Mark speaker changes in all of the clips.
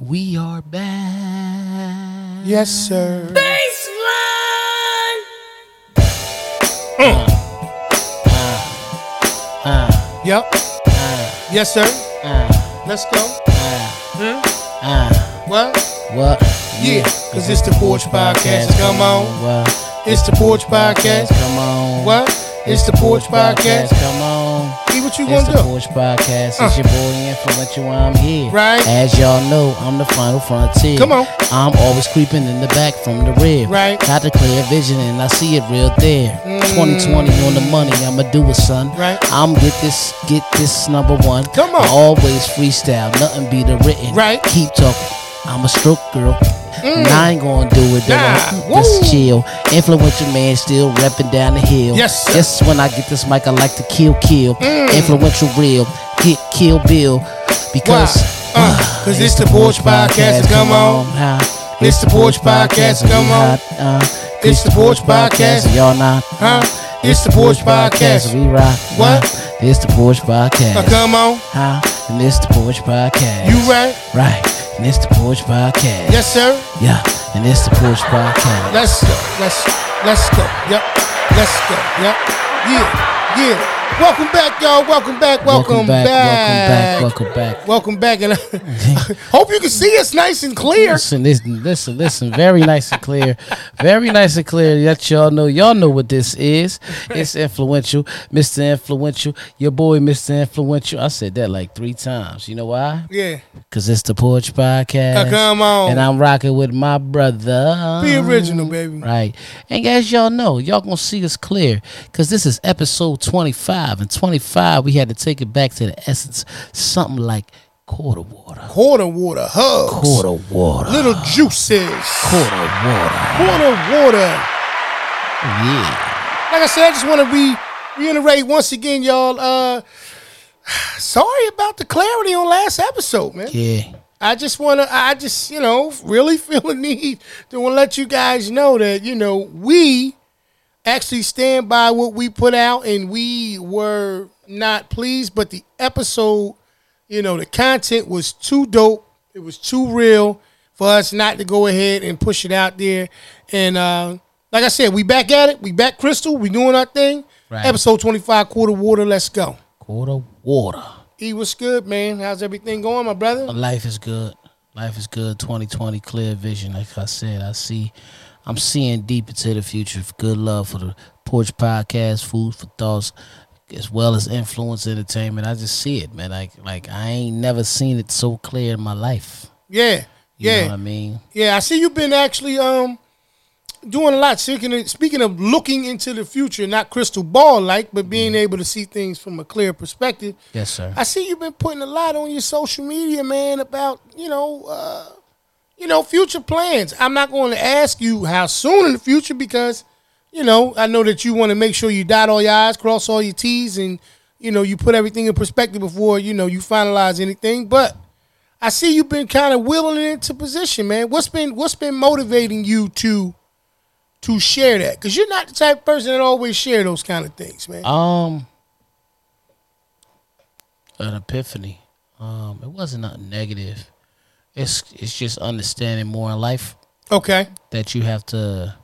Speaker 1: We are back.
Speaker 2: Yes, sir. Yep. Yes, sir.
Speaker 1: Uh,
Speaker 2: Let's go. Hmm? What?
Speaker 1: What?
Speaker 2: Yeah, 'cause it's the Porch Podcast. Come on.
Speaker 1: What?
Speaker 2: It's the Porch Podcast.
Speaker 1: Come on.
Speaker 2: What? It's the Porch Podcast.
Speaker 1: Come on.
Speaker 2: See what you
Speaker 1: It's the
Speaker 2: gonna do. Uh.
Speaker 1: Porch Podcast. It's your boy Influential. I'm here.
Speaker 2: Right.
Speaker 1: As y'all know, I'm the final frontier.
Speaker 2: Come on.
Speaker 1: I'm always creeping in the back from the rear.
Speaker 2: Right. Mm.
Speaker 1: Got a clear vision and I see it real there. 2020 on the money. I'ma do it, son.
Speaker 2: Right.
Speaker 1: I'm get this, get this number one.
Speaker 2: Come on.
Speaker 1: I always freestyle. Nothing be the written.
Speaker 2: Right. Mm.
Speaker 1: Keep talking. I'm a stroke girl. And I ain't gonna do it though.
Speaker 2: Nah. Woo.
Speaker 1: Just chill. Influential man still repping down the hill.
Speaker 2: Yes, sir. Mm.
Speaker 1: Just when I get this mic, I like to kill, kill. Influential real. Get kill, Bill.
Speaker 2: Why?
Speaker 1: Because
Speaker 2: Uh, Cause it's the Porch Podcast. Come on.
Speaker 1: huh?
Speaker 2: It's the Porch Podcast,
Speaker 1: and we
Speaker 2: come on.
Speaker 1: hot, uh,
Speaker 2: It's the Porch Podcast.
Speaker 1: and Y'all not.
Speaker 2: Huh? It's the Porch Podcast.
Speaker 1: and We rock.
Speaker 2: What?
Speaker 1: huh? It's the Porch
Speaker 2: Uh,
Speaker 1: Podcast.
Speaker 2: Come on.
Speaker 1: Huh? And it's the Porch Podcast.
Speaker 2: You right?
Speaker 1: Right. And it's the Porch Podcast.
Speaker 2: Yes, sir.
Speaker 1: Yeah. And it's the Porch Podcast.
Speaker 2: Let's go. Let's let's go. Yep. Let's go. Yep. Yeah. Yeah. Welcome back, y'all. Welcome back. Welcome, back.
Speaker 1: Welcome back. Welcome back.
Speaker 2: Welcome back, and I hope you can see us nice and clear.
Speaker 1: Listen, listen, listen, listen. Very nice and clear. Very nice and clear. Let y'all know. Y'all know what this is. It's influential. Mr. Influential. Your boy, Mr. Influential. I said that like three times. You know why?
Speaker 2: Yeah,
Speaker 1: Because it's the Porch Podcast.
Speaker 2: Now come on.
Speaker 1: And I'm rocking with my brother.
Speaker 2: be original, baby.
Speaker 1: Right. And as y'all know, y'all gonna see us clear because this is episode 25. And 25, we had to take it back to the essence. Something like quarter water.
Speaker 2: Quarter water hugs,
Speaker 1: Quarter water.
Speaker 2: little juices,
Speaker 1: Quarter water.
Speaker 2: quarter water.
Speaker 1: Yeah.
Speaker 2: Like I said, I just want to re- reiterate once again, y'all. Uh, sorry about the clarity on last episode, man.
Speaker 1: Yeah.
Speaker 2: I just want to, I just, you know, really feel the need to wanna let you guys know that, you know, we actually stand by what we put out and we were not pleased, but the episode, you know, the content was too dope. It was too real for us not to go ahead and push it out there. And uh, like I said, we back at it. We back crystal. We doing our thing.
Speaker 1: Right.
Speaker 2: Episode 25, quarter water. Let's go.
Speaker 1: Quarter water.
Speaker 2: E, what's good, man? How's everything going, my brother?
Speaker 1: Life is good. Life is good. 2020 clear vision. Like I said, I see. I'm seeing deep into the future. Good love for the porch podcast, food for thoughts, as well as influence entertainment. I just see it, man. Like like I ain't never seen it so clear in my life.
Speaker 2: Yeah.
Speaker 1: You
Speaker 2: Yeah.
Speaker 1: know what I mean?
Speaker 2: Yeah, I see you've been actually um doing a lot. Speaking of, speaking of looking into the future, not crystal ball like, but being able to see things from a clear perspective.
Speaker 1: Yes, sir.
Speaker 2: I see you've been putting a lot on your social media, man, about you know, uh, you know, future plans. I'm not going to ask you how soon in the future because, you know, I know that you want to make sure you dot all your i's, cross all your t's, and you know, you put everything in perspective before you know you finalize anything. But I see you've been kind of wheeling it into position, man. What's been what's been motivating you to to share that? Because you're not the type of person that always share those kind of things, man.
Speaker 1: Um, an epiphany. Um, it wasn't nothing negative. It's it's just understanding more in life.
Speaker 2: Okay,
Speaker 1: that you have to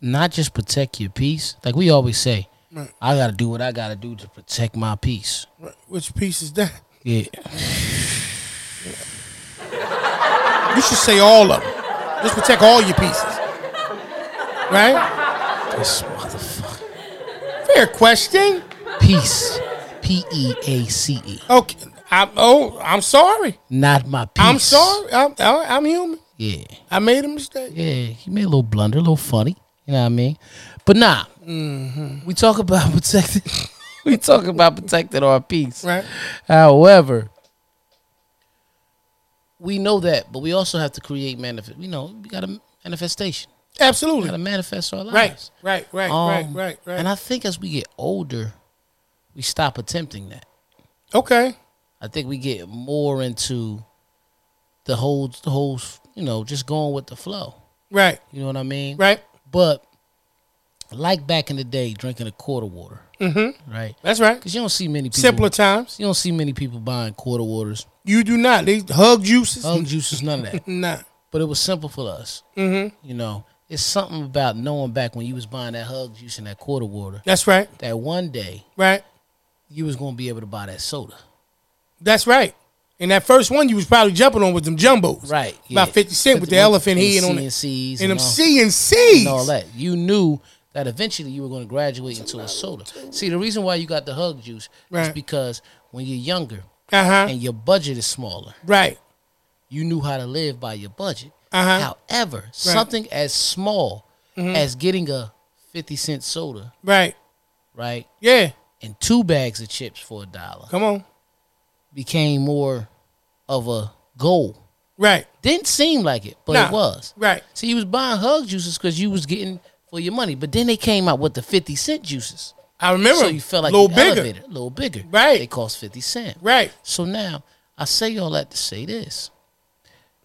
Speaker 1: not just protect your peace. Like we always say,
Speaker 2: Right.
Speaker 1: I gotta do what I gotta do to protect my peace.
Speaker 2: which piece is that?
Speaker 1: Yeah.
Speaker 2: You should say all of them. Just protect all your pieces. Right?
Speaker 1: This motherfucker.
Speaker 2: Fair question.
Speaker 1: Peace. P E A C E.
Speaker 2: Okay. I'm, oh, I'm sorry.
Speaker 1: Not my peace.
Speaker 2: I'm sorry. I'm, I'm human.
Speaker 1: Yeah.
Speaker 2: I made a mistake.
Speaker 1: Yeah. He made a little blunder, a little funny. You know what I mean? But nah.
Speaker 2: Mm-hmm.
Speaker 1: We talk about protecting we talk about protecting our peace.
Speaker 2: Right?
Speaker 1: However, we know that, but we also have to create manifest. We know we got a manifestation. We got to
Speaker 2: Absolutely.
Speaker 1: manifest our lives.
Speaker 2: Right, right, right, right,
Speaker 1: Um,
Speaker 2: right, right.
Speaker 1: And I think as we get older, we stop attempting that.
Speaker 2: okay.
Speaker 1: I think we get more into the whole, the whole, you know, just going with the flow.
Speaker 2: Right,
Speaker 1: You know what I mean?
Speaker 2: right.
Speaker 1: But like back in the day, drinking a quarter water, mm-hmm. right?
Speaker 2: That's right.
Speaker 1: Because you don't see many people,
Speaker 2: Simpler times.
Speaker 1: You don't see many people buying quarter waters,
Speaker 2: You do not. They hug juices.
Speaker 1: hug juices, none of that.
Speaker 2: Nah.
Speaker 1: But it was simple for us. Mm-hmm. You know, it's something about knowing back when you was buying that hug juice and that quarter water
Speaker 2: That's right.
Speaker 1: that one day
Speaker 2: Right.
Speaker 1: you was gonna be able to buy that soda.
Speaker 2: That's right. And that first one you was probably jumping on was them jumbos.
Speaker 1: Right,
Speaker 2: About
Speaker 1: yeah.
Speaker 2: 50 cent with the
Speaker 1: 50
Speaker 2: elephant
Speaker 1: and
Speaker 2: head on it.
Speaker 1: C&Cs
Speaker 2: And them
Speaker 1: and all-
Speaker 2: C&Cs.
Speaker 1: and all that. You knew that eventually you were going to graduate into a soda. See, the reason why you got the hug juice is
Speaker 2: Right.
Speaker 1: because when you're younger
Speaker 2: Uh-huh.
Speaker 1: and your budget is smaller,
Speaker 2: right.
Speaker 1: you knew how to live by your budget.
Speaker 2: Uh-huh. Mm-hmm.
Speaker 1: However, something as small as getting a 50 cent soda,
Speaker 2: Right.
Speaker 1: right,
Speaker 2: Yeah.
Speaker 1: and two bags of chips for a dollar
Speaker 2: Come on.
Speaker 1: became more of a goal.
Speaker 2: Right.
Speaker 1: Didn't seem like it, but
Speaker 2: Nah.
Speaker 1: it was.
Speaker 2: Right.
Speaker 1: See, you was buying hug juices because you was getting for your money, but then they came out with the 50 cent juices.
Speaker 2: I remember.
Speaker 1: So you felt like
Speaker 2: a little
Speaker 1: you
Speaker 2: bigger.
Speaker 1: elevated, a little bigger.
Speaker 2: Right.
Speaker 1: They cost 50 cents.
Speaker 2: Right.
Speaker 1: So now I say all that to say this.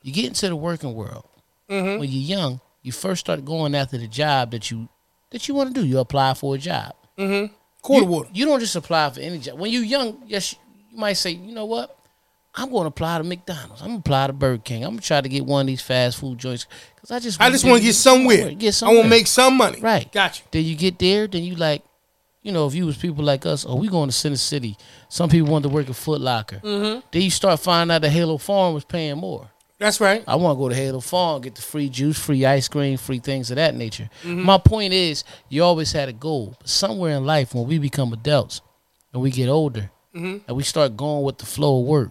Speaker 1: You get into the working world.
Speaker 2: Mm-hmm.
Speaker 1: When you're young, you first start going after the job that you that you want to do. You apply for a job.
Speaker 2: Quarter
Speaker 1: You-
Speaker 2: water.
Speaker 1: You don't just apply for any job. When you're young, yes, you might say, you know what? I'm going to apply to McDonald's. I'm going to apply to Burger King. I'm going to try to get one of these fast food joints because I just
Speaker 2: I just want to get somewhere.
Speaker 1: Get
Speaker 2: I
Speaker 1: somewhere.
Speaker 2: want to make some money.
Speaker 1: Right.
Speaker 2: Gotcha.
Speaker 1: Then you get there, then you like, you know, if you was people like us, oh, we going to Center City. Some people wanted to work at Foot Locker. Then you start finding out that Halo Farm was paying more.
Speaker 2: That's right.
Speaker 1: I want to go to Halo Farm, get the free juice, free ice cream, free things of that nature. My point is, you always had a goal. But somewhere in life, when we become adults and we get older and we start going with the flow of work,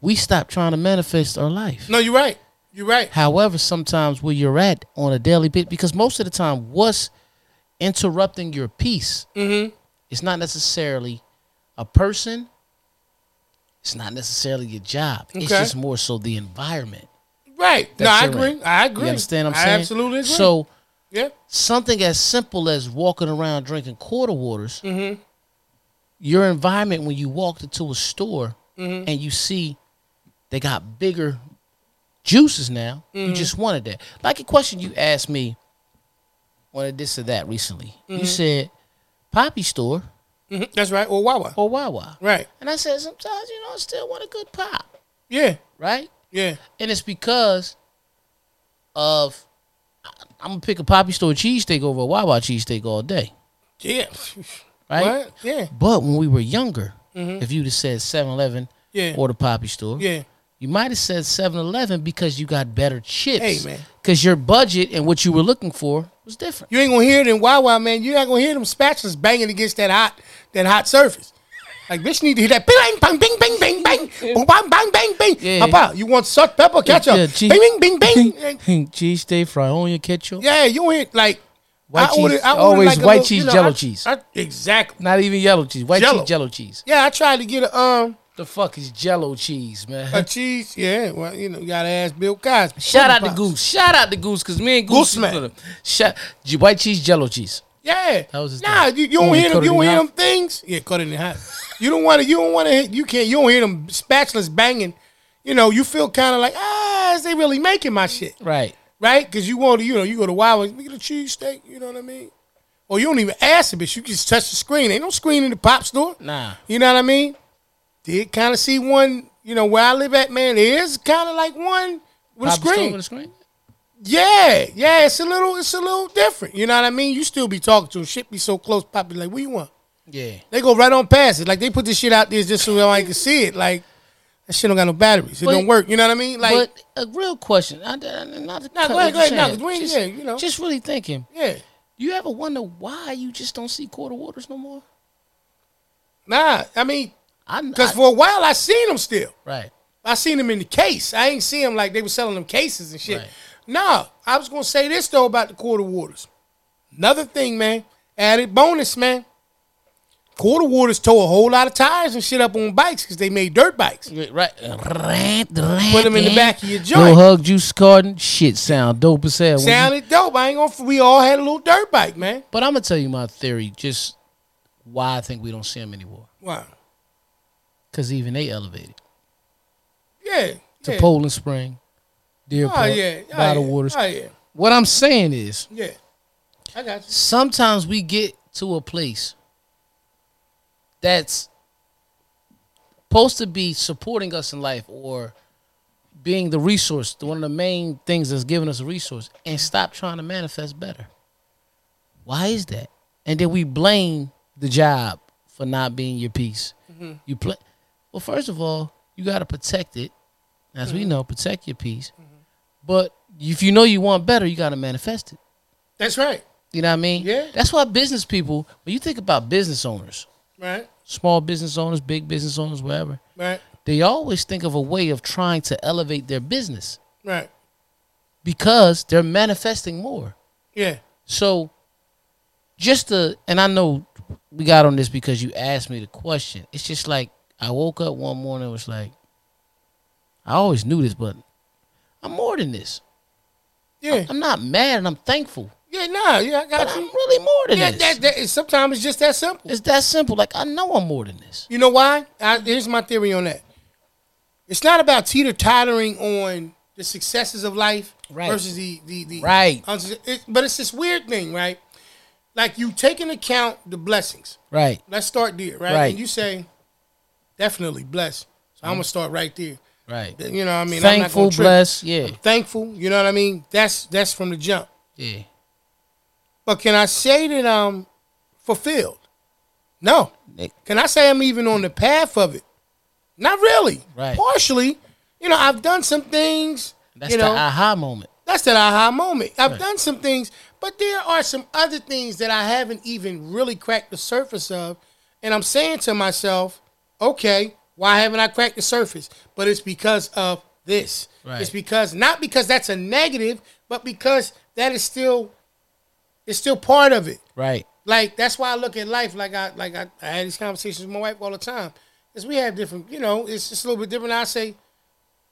Speaker 1: we stop trying to manifest our life.
Speaker 2: No, you're right. You're right.
Speaker 1: However, sometimes where you're at on a daily bit, because most of the time, what's interrupting your peace
Speaker 2: Mm-hmm.
Speaker 1: it's not necessarily a person, it's not necessarily your job. It's
Speaker 2: Okay.
Speaker 1: just more so the environment.
Speaker 2: Right.
Speaker 1: that
Speaker 2: No, I
Speaker 1: you're
Speaker 2: agree.
Speaker 1: in.
Speaker 2: I agree.
Speaker 1: You understand what I'm
Speaker 2: I
Speaker 1: saying?
Speaker 2: absolutely agree.
Speaker 1: So
Speaker 2: yeah.
Speaker 1: something as simple as walking around drinking quarter waters, your environment when you walked into a store and you see they got bigger juices now, you just wanted that. Like a question you asked me on a this or that recently. You said Poppy store
Speaker 2: Mhm. That's right. Or Wawa.
Speaker 1: or Wawa.
Speaker 2: Right.
Speaker 1: And I said sometimes, you know, I still want a good pop,
Speaker 2: Yeah.
Speaker 1: right?
Speaker 2: Yeah.
Speaker 1: And it's because of I'm gonna pick a Poppy store cheesesteak over a Wawa cheesesteak all day.
Speaker 2: Yeah.
Speaker 1: right?
Speaker 2: What? Yeah.
Speaker 1: But when we were younger, if you'd have said 7 Eleven
Speaker 2: Mm-hmm. Yeah.
Speaker 1: or the Poppy store,
Speaker 2: Yeah.
Speaker 1: you might have said 7 Eleven because you got better chips.
Speaker 2: Hey, man.
Speaker 1: Because your budget and what you were looking for was different.
Speaker 2: You ain't gonna hear it in Wawa, man. You're not gonna hear them spatulas banging against that hot that hot surface. Like bitch, you need to hear that bang bang bang bang bang bang boom bang bang bang bang.
Speaker 1: Yeah.
Speaker 2: Papa, you want salt, pepper, ketchup?
Speaker 1: yeah, gee.
Speaker 2: bing bing bing bing.
Speaker 1: cheese steak, fry onion ketchup.
Speaker 2: yeah, you don't hear it, like
Speaker 1: White
Speaker 2: I ordered,
Speaker 1: cheese.
Speaker 2: I ordered
Speaker 1: Always
Speaker 2: like a
Speaker 1: white
Speaker 2: little,
Speaker 1: cheese,
Speaker 2: you know,
Speaker 1: jello
Speaker 2: I-
Speaker 1: cheese.
Speaker 2: I, exactly.
Speaker 1: Not even yellow cheese. White
Speaker 2: Jello.
Speaker 1: cheese, jello cheese.
Speaker 2: Yeah, I tried to get a um
Speaker 1: The fuck is jello cheese, man?
Speaker 2: a cheese. Yeah, well, you know, you gotta ask Bill Cosby.
Speaker 1: Shout out to
Speaker 2: Pops.
Speaker 1: Goose. Shout out to Goose because me and Goose.
Speaker 2: Goose man.
Speaker 1: Shout, white cheese, jello cheese.
Speaker 2: Yeah.
Speaker 1: That was his
Speaker 2: nah,
Speaker 1: thing.
Speaker 2: you, you
Speaker 1: Oh,
Speaker 2: don't
Speaker 1: he
Speaker 2: hear
Speaker 1: cut
Speaker 2: them.
Speaker 1: it
Speaker 2: You
Speaker 1: in
Speaker 2: don't hear
Speaker 1: half?
Speaker 2: them things. Yeah, cut it in half. You don't want to. You don't want to. You can't. You don't hear them spatulas banging. You know, you feel kind of like ah, is they really making my shit
Speaker 1: Right.
Speaker 2: right? Because you want to. You know, you go to Wawa, you get a cheesesteak. You know what I mean? Or you don't even ask the bitch. You just touch the screen. Ain't no screen in the pop store.
Speaker 1: Nah.
Speaker 2: You know what I mean? Did kind of see one. You know where I live at, man. There is kind of like one
Speaker 1: Poppy
Speaker 2: with a
Speaker 1: store
Speaker 2: screen.
Speaker 1: With a screen?
Speaker 2: Yeah, yeah, it's a little, it's a little different. You know what I mean? You still be talking to him, shit be so close, Poppy. Like, what you want?
Speaker 1: Yeah.
Speaker 2: They go right on past it. Like they put this shit out there just so I can see it. Like that shit don't got no batteries. It
Speaker 1: But-
Speaker 2: don't work. You know what I mean? Like,
Speaker 1: but a real question. I, I, not to
Speaker 2: Nah,
Speaker 1: cut
Speaker 2: go
Speaker 1: what
Speaker 2: ahead, go
Speaker 1: you're
Speaker 2: ahead.
Speaker 1: saying.
Speaker 2: Nah, we ain't-
Speaker 1: just,
Speaker 2: yeah, you know.
Speaker 1: just really thinking.
Speaker 2: yeah,
Speaker 1: You ever wonder why you just don't see quarter waters no more?
Speaker 2: nah. I mean,
Speaker 1: I
Speaker 2: because
Speaker 1: I-
Speaker 2: for a while I seen them still.
Speaker 1: right.
Speaker 2: I seen them in the case. I ain't see them like they were selling them cases and shit.
Speaker 1: Right.
Speaker 2: Nah, I was gonna say this though about the quarter waters. Another thing, man. Added bonus, man. Quarter waters tore a whole lot of tires and shit up on bikes because they made dirt bikes.
Speaker 1: Right, right.
Speaker 2: Put
Speaker 1: Put
Speaker 2: them in the back of your
Speaker 1: No
Speaker 2: joint.
Speaker 1: hug juice carton. Shit, sound dope as hell. When you-
Speaker 2: Sounded dope. I ain't gonna. We all had a little dirt bike, man.
Speaker 1: but I'm gonna tell you my theory. Just why I think we don't see them anymore.
Speaker 2: Wow.
Speaker 1: Because even they elevated
Speaker 2: Yeah.
Speaker 1: to
Speaker 2: yeah.
Speaker 1: Poland Spring, Deer
Speaker 2: Oh
Speaker 1: Park,
Speaker 2: yeah. Oh,
Speaker 1: Bottle
Speaker 2: yeah.
Speaker 1: Waters.
Speaker 2: Oh yeah.
Speaker 1: What I'm saying is
Speaker 2: Yeah. I got you.
Speaker 1: sometimes we get to a place that's supposed to be supporting us in life or being the resource, one of the main things that's giving us a resource, and stop trying to manifest better. Why is that? And then we blame the job for not being your piece. You play. Well, first of all, you got to protect it. As we know, protect your piece. But if you know you want better, you got to manifest it.
Speaker 2: That's right.
Speaker 1: You know what I mean?
Speaker 2: Yeah.
Speaker 1: That's why business people, when you think about business owners,
Speaker 2: Right.
Speaker 1: small business owners, big business owners, wherever,
Speaker 2: Right.
Speaker 1: they always think of a way of trying to elevate their business
Speaker 2: Right.
Speaker 1: because they're manifesting more.
Speaker 2: Yeah.
Speaker 1: So just the and I know we got on this because you asked me the question. It's just like I woke up one morning and was like, I always knew this, but I'm more than this.
Speaker 2: Yeah.
Speaker 1: I'm not mad and I'm thankful.
Speaker 2: Yeah. Nah. Yeah. I
Speaker 1: But
Speaker 2: got
Speaker 1: I'm
Speaker 2: you.
Speaker 1: really more than
Speaker 2: Yeah.
Speaker 1: this.
Speaker 2: That, that, it's- sometimes it's just that simple.
Speaker 1: it's that simple. Like I know I'm more than this.
Speaker 2: You know why? I, here's my theory on that. It's not about teeter tottering on the successes of life
Speaker 1: Right.
Speaker 2: versus the the, the
Speaker 1: Right.
Speaker 2: It, but it's this weird thing, right? Like you take into account the blessings.
Speaker 1: Right.
Speaker 2: Let's start there, right?
Speaker 1: Right.
Speaker 2: And you say, definitely blessed. So I'm gonna start right there.
Speaker 1: Right.
Speaker 2: You know what I mean? I'm not
Speaker 1: Thankful,
Speaker 2: gonna trip.
Speaker 1: blessed. Yeah.
Speaker 2: Thankful. You know what I mean? That's that's from the jump.
Speaker 1: Yeah.
Speaker 2: But can I say that I'm fulfilled? No.
Speaker 1: Nick.
Speaker 2: Can I say I'm even on the path of it? Not really.
Speaker 1: Right.
Speaker 2: Partially. You know, I've done some things.
Speaker 1: That's
Speaker 2: you know,
Speaker 1: the aha moment.
Speaker 2: that's that aha moment. I've done some things, but there are some other things that I haven't even really cracked the surface of. And I'm saying to myself, okay, why haven't I cracked the surface? But it's because of this.
Speaker 1: Right.
Speaker 2: It's because not because that's a negative, but because that is still it's still part of it.
Speaker 1: Right.
Speaker 2: Like that's why I look at life like I like I, I had these conversations with my wife all the time. Because we have different, you know, it's just a little bit different. I say,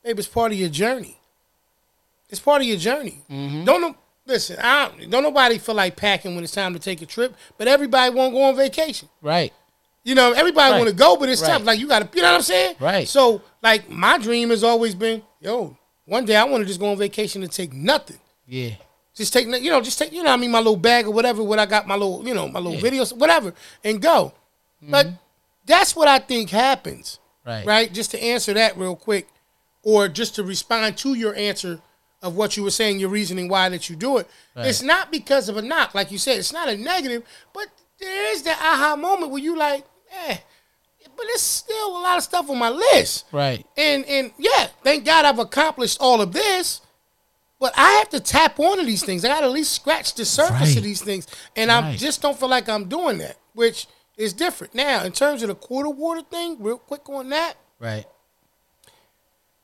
Speaker 2: babe, it's part of your journey. It's part of your journey.
Speaker 1: Mm-hmm.
Speaker 2: Don't no- listen. I don't nobody feel like packing when it's time to take a trip, but everybody won't go on vacation.
Speaker 1: Right.
Speaker 2: You know, everybody
Speaker 1: Right.
Speaker 2: want to go, but it's
Speaker 1: Right.
Speaker 2: tough. Like you got to, you know what I'm saying?
Speaker 1: Right.
Speaker 2: So, like my dream has always been, yo, one day I want to just go on vacation and take nothing.
Speaker 1: Yeah.
Speaker 2: Just take, you know, just take, you know, what I mean, my little bag or whatever, what I got, my little, you know, my little
Speaker 1: Yeah. Mm-hmm.
Speaker 2: videos, whatever, and go. But that's what I think happens,
Speaker 1: Right.
Speaker 2: right? Just to answer that real quick, or just to respond to your answer of what you were saying, your reasoning why that you do it. It's not because of a knock, like you said. It's not a negative, but there is that aha moment where you like, eh, but there's still a lot of stuff on my list.
Speaker 1: Right.
Speaker 2: And and yeah, thank God I've accomplished all of this. But I have to tap onto these things. I got to at least scratch the surface
Speaker 1: Right.
Speaker 2: of these things, and I
Speaker 1: Right.
Speaker 2: just don't feel like I'm doing that, which is different. Now, in terms of the quarter water thing, real quick on that,
Speaker 1: Right.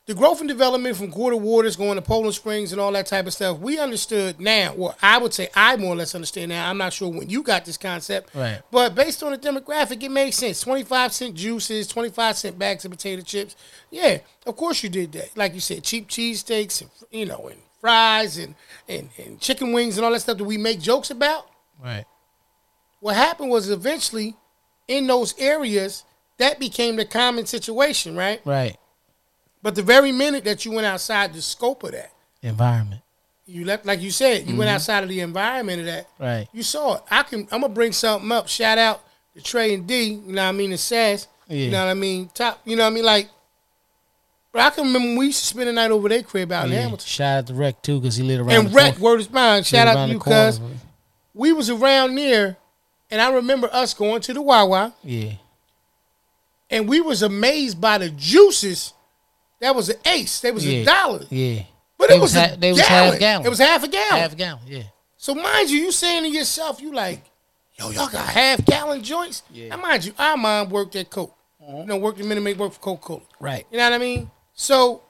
Speaker 2: the growth and development from quarter waters going to Poland Springs and all that type of stuff, we understood now, or I would say I more or less understand now. I'm not sure when you got this concept.
Speaker 1: Right.
Speaker 2: But based on the demographic, it made sense. 25 cent juices, 25 cent bags of potato chips. Yeah, of course you did that. Like you said, cheap cheesesteaks, and, you know, and fries and, and, and chicken wings and all that stuff that we make jokes about
Speaker 1: Right.
Speaker 2: what happened was eventually in those areas that became the common situation right
Speaker 1: Right.
Speaker 2: but the very minute that you went outside the scope of that
Speaker 1: Environment.
Speaker 2: you left like you said you went
Speaker 1: Mm-hmm.
Speaker 2: outside of the environment of that
Speaker 1: Right.
Speaker 2: you saw it i can i'm gonna bring something up shout out to trey and d you know what i mean and sass
Speaker 1: Yeah.
Speaker 2: you know what i mean top you know what i mean like but i can remember we used to spend the night over their crib out in
Speaker 1: Yeah.
Speaker 2: hamilton
Speaker 1: Shout out to Rec too, cause he lived around.
Speaker 2: and
Speaker 1: the
Speaker 2: wreck
Speaker 1: corner.
Speaker 2: word is mine shout
Speaker 1: Lived
Speaker 2: out
Speaker 1: around
Speaker 2: to
Speaker 1: the
Speaker 2: you
Speaker 1: corner.
Speaker 2: cuz we was around there and i remember us going to the wawa
Speaker 1: Yeah.
Speaker 2: and we was amazed by the juices. That was an ace. That was
Speaker 1: Yeah.
Speaker 2: a dollar,
Speaker 1: Yeah.
Speaker 2: but
Speaker 1: They
Speaker 2: it was,
Speaker 1: was
Speaker 2: a
Speaker 1: ha- they was
Speaker 2: gallon.
Speaker 1: half gallon.
Speaker 2: It was half a gallon.
Speaker 1: Half gallon. Yeah.
Speaker 2: so mind you, you saying to yourself, you like, yo, y'all got half gallon joints.
Speaker 1: Yeah. Uh-huh.
Speaker 2: Now mind you, our mom worked at Coke. You know, worked at Minute Maid, worked for Coca Cola.
Speaker 1: Right.
Speaker 2: You know what I mean? So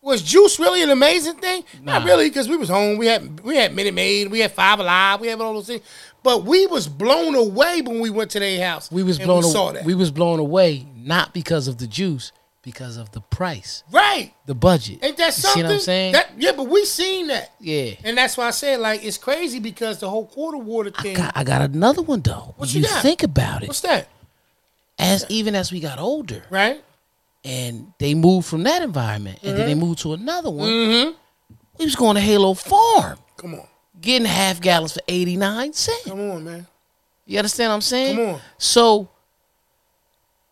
Speaker 2: was juice really an amazing thing? Not
Speaker 1: Nah.
Speaker 2: really, because we was home. We had we had Minute Maid, we had Five Alive, we had all those things. But we was blown away when we went to their house.
Speaker 1: We was
Speaker 2: and
Speaker 1: blown.
Speaker 2: We
Speaker 1: away.
Speaker 2: saw that.
Speaker 1: we was blown away not because of the juice, because of the price,
Speaker 2: right.
Speaker 1: the budget.
Speaker 2: Ain't that
Speaker 1: You
Speaker 2: something?
Speaker 1: See what I'm saying?
Speaker 2: That, yeah, but we seen that.
Speaker 1: yeah.
Speaker 2: And that's why I said, like, it's crazy because the whole quarter water
Speaker 1: I
Speaker 2: thing.
Speaker 1: got, I got another one though. When
Speaker 2: What
Speaker 1: you
Speaker 2: you got?
Speaker 1: think about it,
Speaker 2: What's that?
Speaker 1: as even as we got older,
Speaker 2: Right?
Speaker 1: and they moved from that
Speaker 2: Mm-hmm.
Speaker 1: environment, and then they moved to another one. We was going to Halo Farm.
Speaker 2: Come on.
Speaker 1: getting half gallons for 89 cents.
Speaker 2: Come on, man.
Speaker 1: You understand what I'm saying?
Speaker 2: Come on.
Speaker 1: So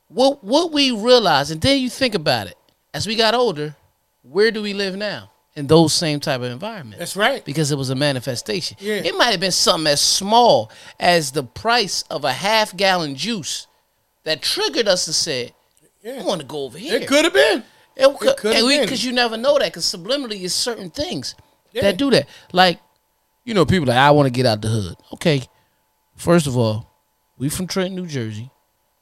Speaker 1: what what we realize, and then you think about it, as we got older, where do we live now? In those same type of environments.
Speaker 2: That's right.
Speaker 1: Because it was a manifestation.
Speaker 2: Yeah.
Speaker 1: It might have been something as small as the price of a half gallon juice that triggered us and said,
Speaker 2: Yeah.
Speaker 1: I want to go over here.
Speaker 2: It could have been.
Speaker 1: It could,
Speaker 2: could've been.
Speaker 1: because you never know that because subliminally is certain things
Speaker 2: Yeah.
Speaker 1: that do that. Like, you know, people like I want to get out the hood. Okay, first of all, we from Trenton, New Jersey,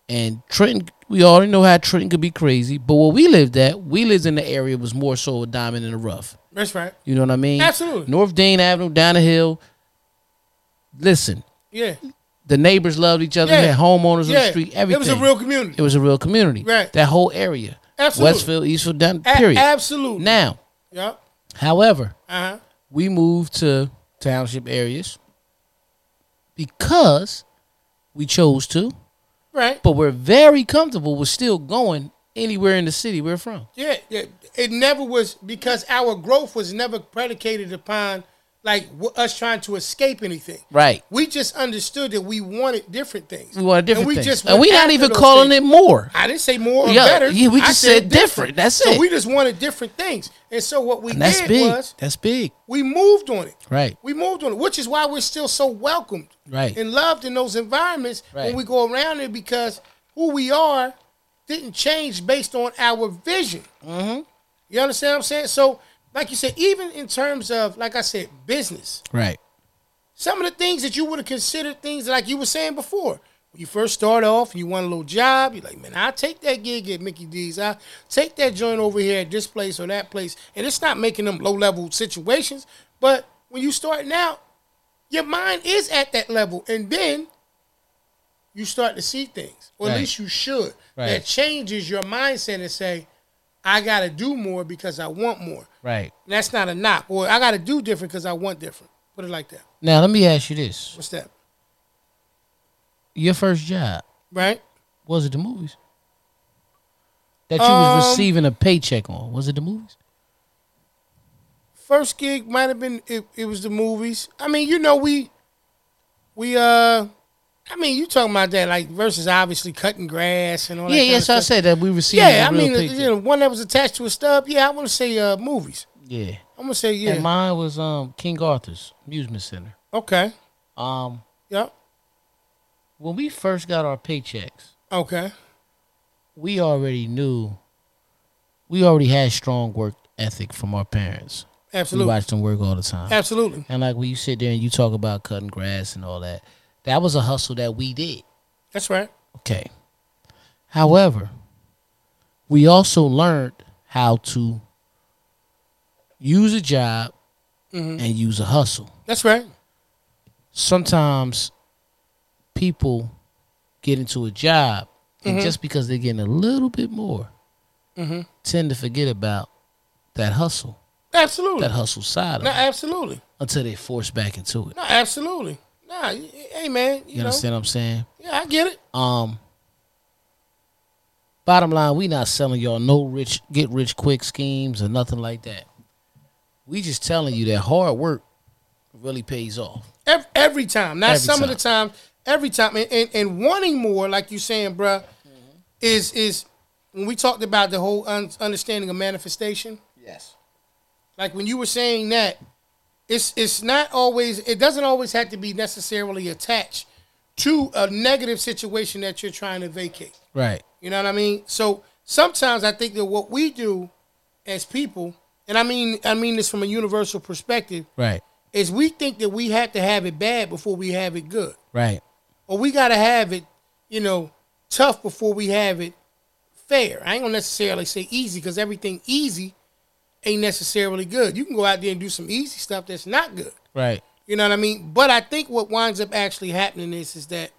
Speaker 1: and Trenton. We already know how Trenton could be crazy, but where we lived at, we lived in the area was more so a diamond in the rough.
Speaker 2: That's right.
Speaker 1: You know what I mean?
Speaker 2: Absolutely.
Speaker 1: North Dane Avenue, down the hill. Listen,
Speaker 2: Yeah.
Speaker 1: the neighbors loved each other.
Speaker 2: Yeah.
Speaker 1: We had homeowners on
Speaker 2: yeah.
Speaker 1: the street. Everything.
Speaker 2: It was a real community.
Speaker 1: It was a real community.
Speaker 2: Right.
Speaker 1: That whole area.
Speaker 2: Absolutely.
Speaker 1: Westfield, Eastfield, down.
Speaker 2: A-
Speaker 1: Period.
Speaker 2: absolutely.
Speaker 1: Now,
Speaker 2: Yep.
Speaker 1: however,
Speaker 2: Uh huh.
Speaker 1: we moved to township areas because we chose to,
Speaker 2: Right.
Speaker 1: but we're very comfortable with still going anywhere in the city we're from.
Speaker 2: Yeah, yeah. It never was because our growth was never predicated upon like w- us trying to escape anything.
Speaker 1: Right.
Speaker 2: We just understood that we wanted different things.
Speaker 1: We want different
Speaker 2: and we
Speaker 1: things.
Speaker 2: Just
Speaker 1: and we're not even calling it more.
Speaker 2: I didn't say more or
Speaker 1: Yeah,
Speaker 2: better.
Speaker 1: yeah, we
Speaker 2: I
Speaker 1: just said different. That's
Speaker 2: so
Speaker 1: it.
Speaker 2: we just wanted different things, and so what we
Speaker 1: And that's
Speaker 2: did
Speaker 1: big.
Speaker 2: was
Speaker 1: That's big.
Speaker 2: we moved on it.
Speaker 1: Right.
Speaker 2: We moved on it, which is why we're still so welcomed
Speaker 1: Right.
Speaker 2: and loved in those environments
Speaker 1: Right.
Speaker 2: when we go around there because who we are didn't change based on our vision. Mm-hmm. You understand what I'm saying? So, like you said, even in terms of, like I said, business,
Speaker 1: Right.
Speaker 2: some of the things that you would have considered things like you were saying before. When you first start off, you want a little job, you're like, man, I'll take that gig at Mickey D's. I'll take that joint over here at this place or that place. And it's not making them low level situations, but when you starting out, your mind is at that level. And then you start to see things, or at
Speaker 1: Right.
Speaker 2: least you should.
Speaker 1: Right.
Speaker 2: That changes your mindset and say, I got to do more because I want more.
Speaker 1: Right.
Speaker 2: And that's not a knock, or I got to do different because I want different. Put it like that.
Speaker 1: Now, let me ask you this.
Speaker 2: What's that?
Speaker 1: Your first job,
Speaker 2: right?
Speaker 1: was it the movies? That you was
Speaker 2: Um,
Speaker 1: receiving a paycheck on, was it the movies?
Speaker 2: First gig might have been it, it was the movies. I mean, you know, we we uh I mean, you talking about that like versus obviously cutting grass and all
Speaker 1: yeah,
Speaker 2: that. kind
Speaker 1: yes,
Speaker 2: of
Speaker 1: I
Speaker 2: stuff.
Speaker 1: said that we received
Speaker 2: Yeah,
Speaker 1: a
Speaker 2: I
Speaker 1: real
Speaker 2: mean, uh,
Speaker 1: paycheck.
Speaker 2: you know, one that was attached to a stub. Yeah, I want to say uh movies.
Speaker 1: yeah.
Speaker 2: I'm gonna say yeah.
Speaker 1: And mine was um King Arthur's Amusement Center.
Speaker 2: okay.
Speaker 1: Um,
Speaker 2: Yep.
Speaker 1: when we first got our paychecks,
Speaker 2: Okay.
Speaker 1: we already knew we already had strong work ethic from our parents. We
Speaker 2: Absolutely.
Speaker 1: watched them work all the time.
Speaker 2: Absolutely.
Speaker 1: And like when you sit there and you talk about cutting grass and all that, that was a hustle that we did.
Speaker 2: That's right.
Speaker 1: Okay. However, we also learned how to use a job and use a hustle.
Speaker 2: That's right.
Speaker 1: sometimes people get into a job
Speaker 2: Mm-hmm.
Speaker 1: and just because they're getting a little bit more tend to forget about that hustle
Speaker 2: Absolutely.
Speaker 1: that hustle side of
Speaker 2: No,
Speaker 1: it
Speaker 2: absolutely.
Speaker 1: until they forced back into it
Speaker 2: No, absolutely. Nah, y- hey man, you,
Speaker 1: you
Speaker 2: know.
Speaker 1: understand what i'm saying
Speaker 2: Yeah, I get it.
Speaker 1: um bottom line we not selling y'all no rich get rich quick schemes or nothing like that we just telling you that hard work really pays off
Speaker 2: Every, every time, not
Speaker 1: Every
Speaker 2: some
Speaker 1: time.
Speaker 2: of the time. Every time, and, and, and wanting more, like you saying, bruh, is is when we talked about the whole un- understanding of manifestation.
Speaker 1: yes
Speaker 2: Like when you were saying that, it's it's not always. It doesn't always have to be necessarily attached to a negative situation that you're trying to vacate.
Speaker 1: right
Speaker 2: You know what I mean? So sometimes I think that what we do as people, and I mean I mean this from a universal perspective,
Speaker 1: right
Speaker 2: is we think that we have to have it bad before we have it good
Speaker 1: right
Speaker 2: or we gotta have it, you know, tough before we have it fair. I ain't gonna necessarily say easy because everything easy ain't necessarily good. You can go out there and do some easy stuff that's not good.
Speaker 1: right
Speaker 2: You know what I mean? But I think what winds up actually happening is is that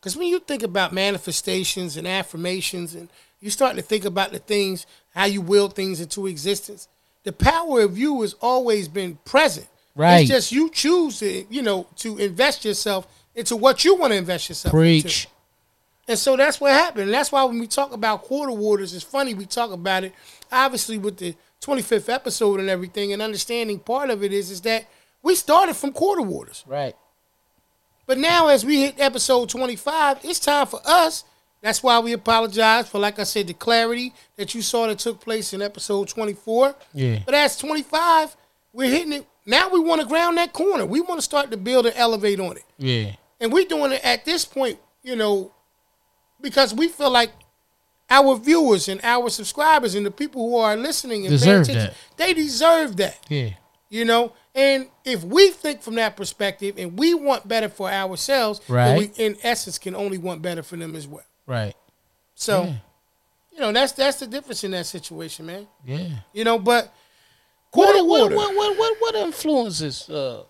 Speaker 2: because when you think about manifestations and affirmations and you start to think about the things, how you will things into existence, the power of you has always been present.
Speaker 1: Right.
Speaker 2: It's just you choose to, you know, to invest yourself into what you want to invest yourself into.
Speaker 1: preach
Speaker 2: And so that's what happened. And that's why when we talk about quarter waters, it's funny we talk about it. Obviously, with the 25th episode and everything, and understanding part of it is is that We started from quarter waters.
Speaker 1: Right.
Speaker 2: But now, as we hit episode 25, it's time for us. That's why we apologize for, like I said, the clarity that you saw that took place in episode 24.
Speaker 1: Yeah.
Speaker 2: But as 25, we're hitting it. Now we want to ground that corner. We want to start to build and elevate on it.
Speaker 1: Yeah.
Speaker 2: And we're doing it at this point, you know, because we feel like our viewers and our subscribers and the people who are listening and
Speaker 1: Deserve
Speaker 2: paying attention, they deserve that
Speaker 1: Yeah.
Speaker 2: you know and if we think from that perspective and we want better for ourselves then
Speaker 1: Right.
Speaker 2: we in essence can only want better for them as well
Speaker 1: Right.
Speaker 2: so
Speaker 1: Yeah.
Speaker 2: you know that's that's the difference in that situation man
Speaker 1: Yeah.
Speaker 2: you know but quarter
Speaker 1: what,
Speaker 2: water
Speaker 1: what, what, what, what influences uh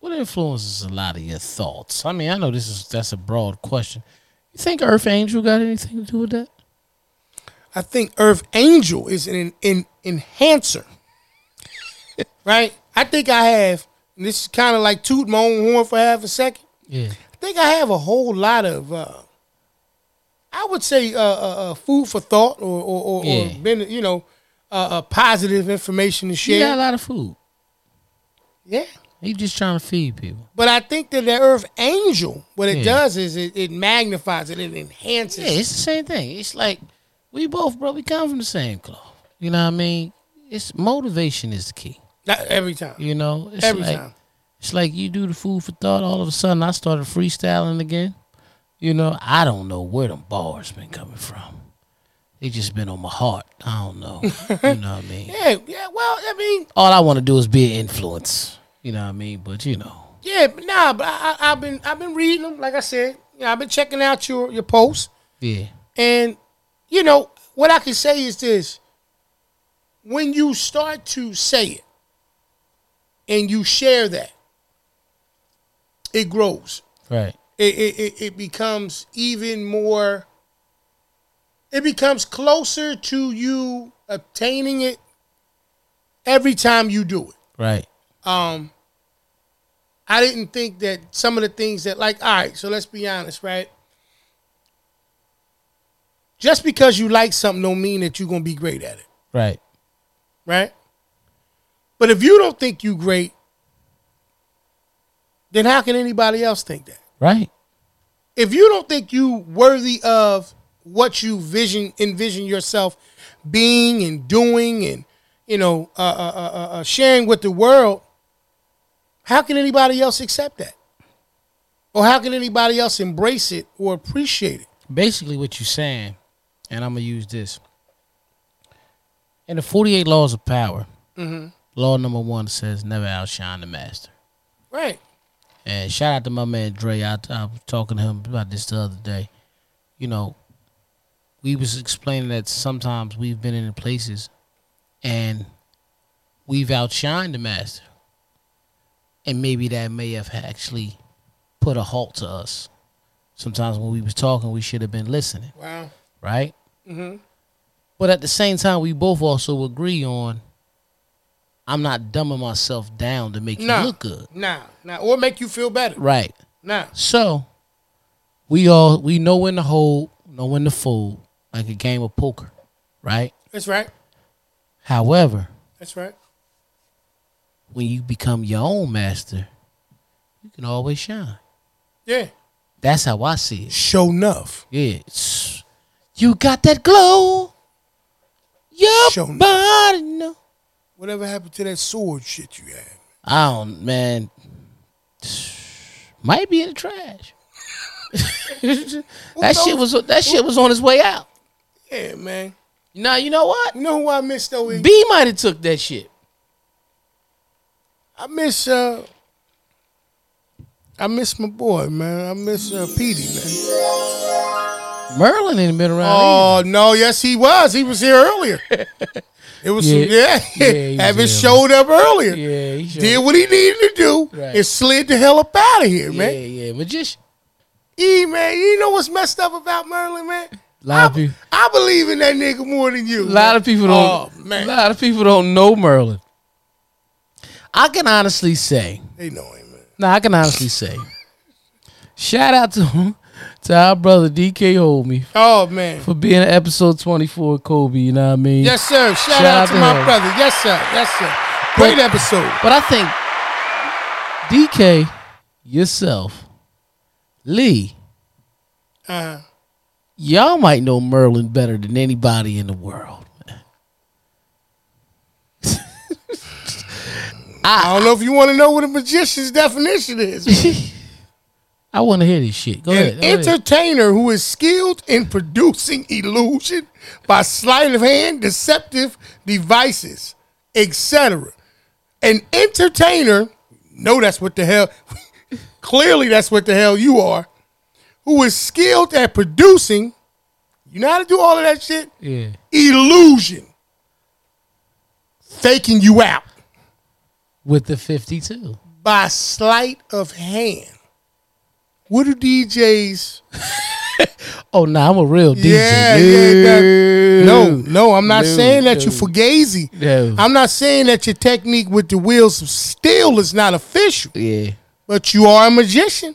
Speaker 1: what influences a lot of your thoughts? I mean, I know this is that's a broad question. You think Earth Angel got anything to do with that?
Speaker 2: i think earth angel is an, an enhancer right i think i have and this is kind of like toot my own horn for half a second
Speaker 1: Yeah.
Speaker 2: I think I have a whole lot of, uh, I would say, uh, uh, uh, food for thought or or, or,
Speaker 1: Yeah.
Speaker 2: or been, you know, uh, uh, positive information to
Speaker 1: She got
Speaker 2: share.
Speaker 1: a lot of food.
Speaker 2: yeah.
Speaker 1: He just trying to feed people.
Speaker 2: But I think that the Earth Angel, what it
Speaker 1: Yeah.
Speaker 2: does is it, it magnifies it, it enhances.
Speaker 1: Yeah, it's the same thing. It's like we both, bro, we come from the same cloth. You know what I mean? It's motivation is the key.
Speaker 2: Not every time.
Speaker 1: You know, it's
Speaker 2: Every
Speaker 1: like,
Speaker 2: time.
Speaker 1: It's like you do the food for thought. All of a sudden, I started freestyling again. You know, I don't know where them bars been coming from. They just been on my heart. I don't know. you know what I mean?
Speaker 2: Yeah, yeah. Well, I mean,
Speaker 1: All I want to do is be an influence. You know what I mean? But you know,
Speaker 2: yeah, but nah. But I, I, I've been I've been reading them. Like I said, you know, I've been checking out your your posts.
Speaker 1: yeah,
Speaker 2: And you know what I can say is this: when you start to say it and you share that, it grows.
Speaker 1: right,
Speaker 2: It it, it, it becomes even more. It becomes closer to you obtaining it every time you do it
Speaker 1: right,
Speaker 2: um I didn't think that some of the things that like all right, so let's be honest, right? Just because you like something don't mean that you're gonna be great at it,
Speaker 1: right,
Speaker 2: right? But if you don't think you great, then how can anybody else think that?
Speaker 1: right,
Speaker 2: If you don't think you worthy of what you vision envision yourself being and doing and you know uh, uh, uh, uh, uh, sharing with the world, how can anybody else accept that? Or how can anybody else embrace it or appreciate it?
Speaker 1: basically what you're saying, and I'm gonna use this. In the 48 laws of power, law number one says never outshine the master.
Speaker 2: Right.
Speaker 1: And shout out to my man Dre. I, I was talking to him about this the other day. You know, we was explaining that sometimes we've been in places and we've outshined the master, and maybe that may have actually put a halt to us. Sometimes when we was talking, we should have been listening,
Speaker 2: Wow.
Speaker 1: right?
Speaker 2: Mm-hmm.
Speaker 1: But at the same time, we both also agree on I'm not dumbing myself down to make
Speaker 2: Nah.
Speaker 1: you look good,
Speaker 2: Nah, nah. Or make you feel better.
Speaker 1: right?
Speaker 2: Nah.
Speaker 1: So we all we know when to hold, know when to fold, like a game of poker, right?
Speaker 2: That's right.
Speaker 1: However,
Speaker 2: That's right.
Speaker 1: when you become your own master, you can always shine.
Speaker 2: Yeah.
Speaker 1: That's how I see it.
Speaker 2: Show enough.
Speaker 1: Yeah, it's- you got that glow. Your
Speaker 2: Show 'em.
Speaker 1: body, no.
Speaker 2: Whatever happened to that sword shit you had?
Speaker 1: I don't, man. Might be in the trash. that shit was that shit was on his way out.
Speaker 2: Yeah, man.
Speaker 1: Now you know what?
Speaker 2: You know who I miss though? E? is-
Speaker 1: B might have took that shit.
Speaker 2: I miss uh I miss my boy, man. I miss uh Petey, man.
Speaker 1: Merlin ain't been around.
Speaker 2: Oh no, yes he was. He was here earlier. It was
Speaker 1: Yeah.
Speaker 2: yeah.
Speaker 1: Yeah, he was
Speaker 2: Haven't
Speaker 1: here.
Speaker 2: showed up earlier.
Speaker 1: either. yeah, he sure.
Speaker 2: Did what he needed to do
Speaker 1: Right.
Speaker 2: and slid the hell up out of here,
Speaker 1: yeah,
Speaker 2: man.
Speaker 1: yeah, magician.
Speaker 2: E man, you know what's messed up about Merlin, man?
Speaker 1: Lot of
Speaker 2: I,
Speaker 1: people-
Speaker 2: I believe in that nigga more than you.
Speaker 1: A lot of people don't.
Speaker 2: Oh man,
Speaker 1: A lot of people don't know Merlin. I can honestly say.
Speaker 2: they know him, man.
Speaker 1: No, I can honestly say. Shout out to him, to our brother DK Holme
Speaker 2: Oh man,
Speaker 1: for being in episode twenty four, Kobe. You know what I mean?
Speaker 2: yes sir. Shout,
Speaker 1: Shout
Speaker 2: out,
Speaker 1: out
Speaker 2: to
Speaker 1: to
Speaker 2: my
Speaker 1: him.
Speaker 2: brother. Yes sir, yes sir. Great episode.
Speaker 1: But I think DK, yourself, Lee,
Speaker 2: Uh,
Speaker 1: y'all might know Merlin better than anybody in the world.
Speaker 2: I don't know if you want to know what a magician's definition is.
Speaker 1: I want to hear this shit. Go ahead.
Speaker 2: An
Speaker 1: go ahead.
Speaker 2: entertainer who is skilled in producing illusion by sleight of hand, deceptive devices, etc. An entertainer, no, that's what the hell, clearly that's what the hell you are, who is skilled at producing, you know how to do all of that shit?
Speaker 1: yeah.
Speaker 2: Illusion. Faking you out
Speaker 1: With the 52.
Speaker 2: by sleight of hand. What do DJs
Speaker 1: Oh, nah, I'm a real DJ.
Speaker 2: Yeah, yeah, that- No, no, I'm not
Speaker 1: No,
Speaker 2: saying that
Speaker 1: no.
Speaker 2: you're fugazi.
Speaker 1: No.
Speaker 2: I'm not saying that your technique with the wheels of steel is not official,
Speaker 1: yeah.
Speaker 2: but you are a magician.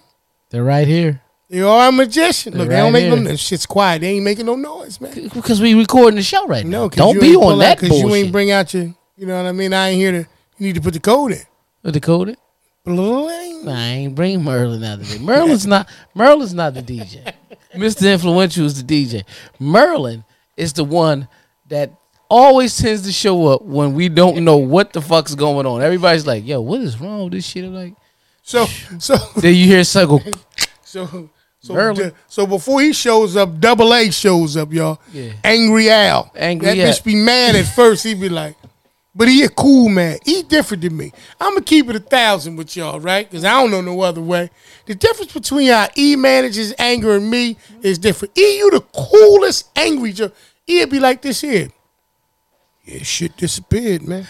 Speaker 1: They're right here.
Speaker 2: You are a magician. Look, they
Speaker 1: Right
Speaker 2: don't make
Speaker 1: here.
Speaker 2: no that shit's quiet. They ain't making no noise, man.
Speaker 1: Because we recording the show right now.
Speaker 2: No, 'cause
Speaker 1: Don't
Speaker 2: you
Speaker 1: be
Speaker 2: ain't
Speaker 1: on
Speaker 2: pull out-
Speaker 1: that bullshit.
Speaker 2: you ain't bring out your. You know what I mean? I ain't here to. You need to put the code in.
Speaker 1: With the coding?
Speaker 2: Bling.
Speaker 1: Nah, I ain't bring Merlin out today. Merlin's not Merlin's not the DJ. Mr. Influential is the DJ. Merlin is the one that always tends to show up when we don't know what the fuck's going on. Everybody's like, yo, what is wrong with this shit? I'm like
Speaker 2: So, so,
Speaker 1: then you hear Suckle.
Speaker 2: so, so,
Speaker 1: Merlin.
Speaker 2: so before he shows up, Double A shows up, y'all.
Speaker 1: Yeah.
Speaker 2: Angry Al.
Speaker 1: Angry
Speaker 2: that
Speaker 1: Al.
Speaker 2: bitch be mad at first. He be like, but he a cool man. He different than me. I'm gonna keep it a thousand with y'all, right? Because I don't know no other way. The difference between how E manages anger and me is different. E, you the coolest angry Joe. E'd be like this here. Yeah, shit disappeared, man.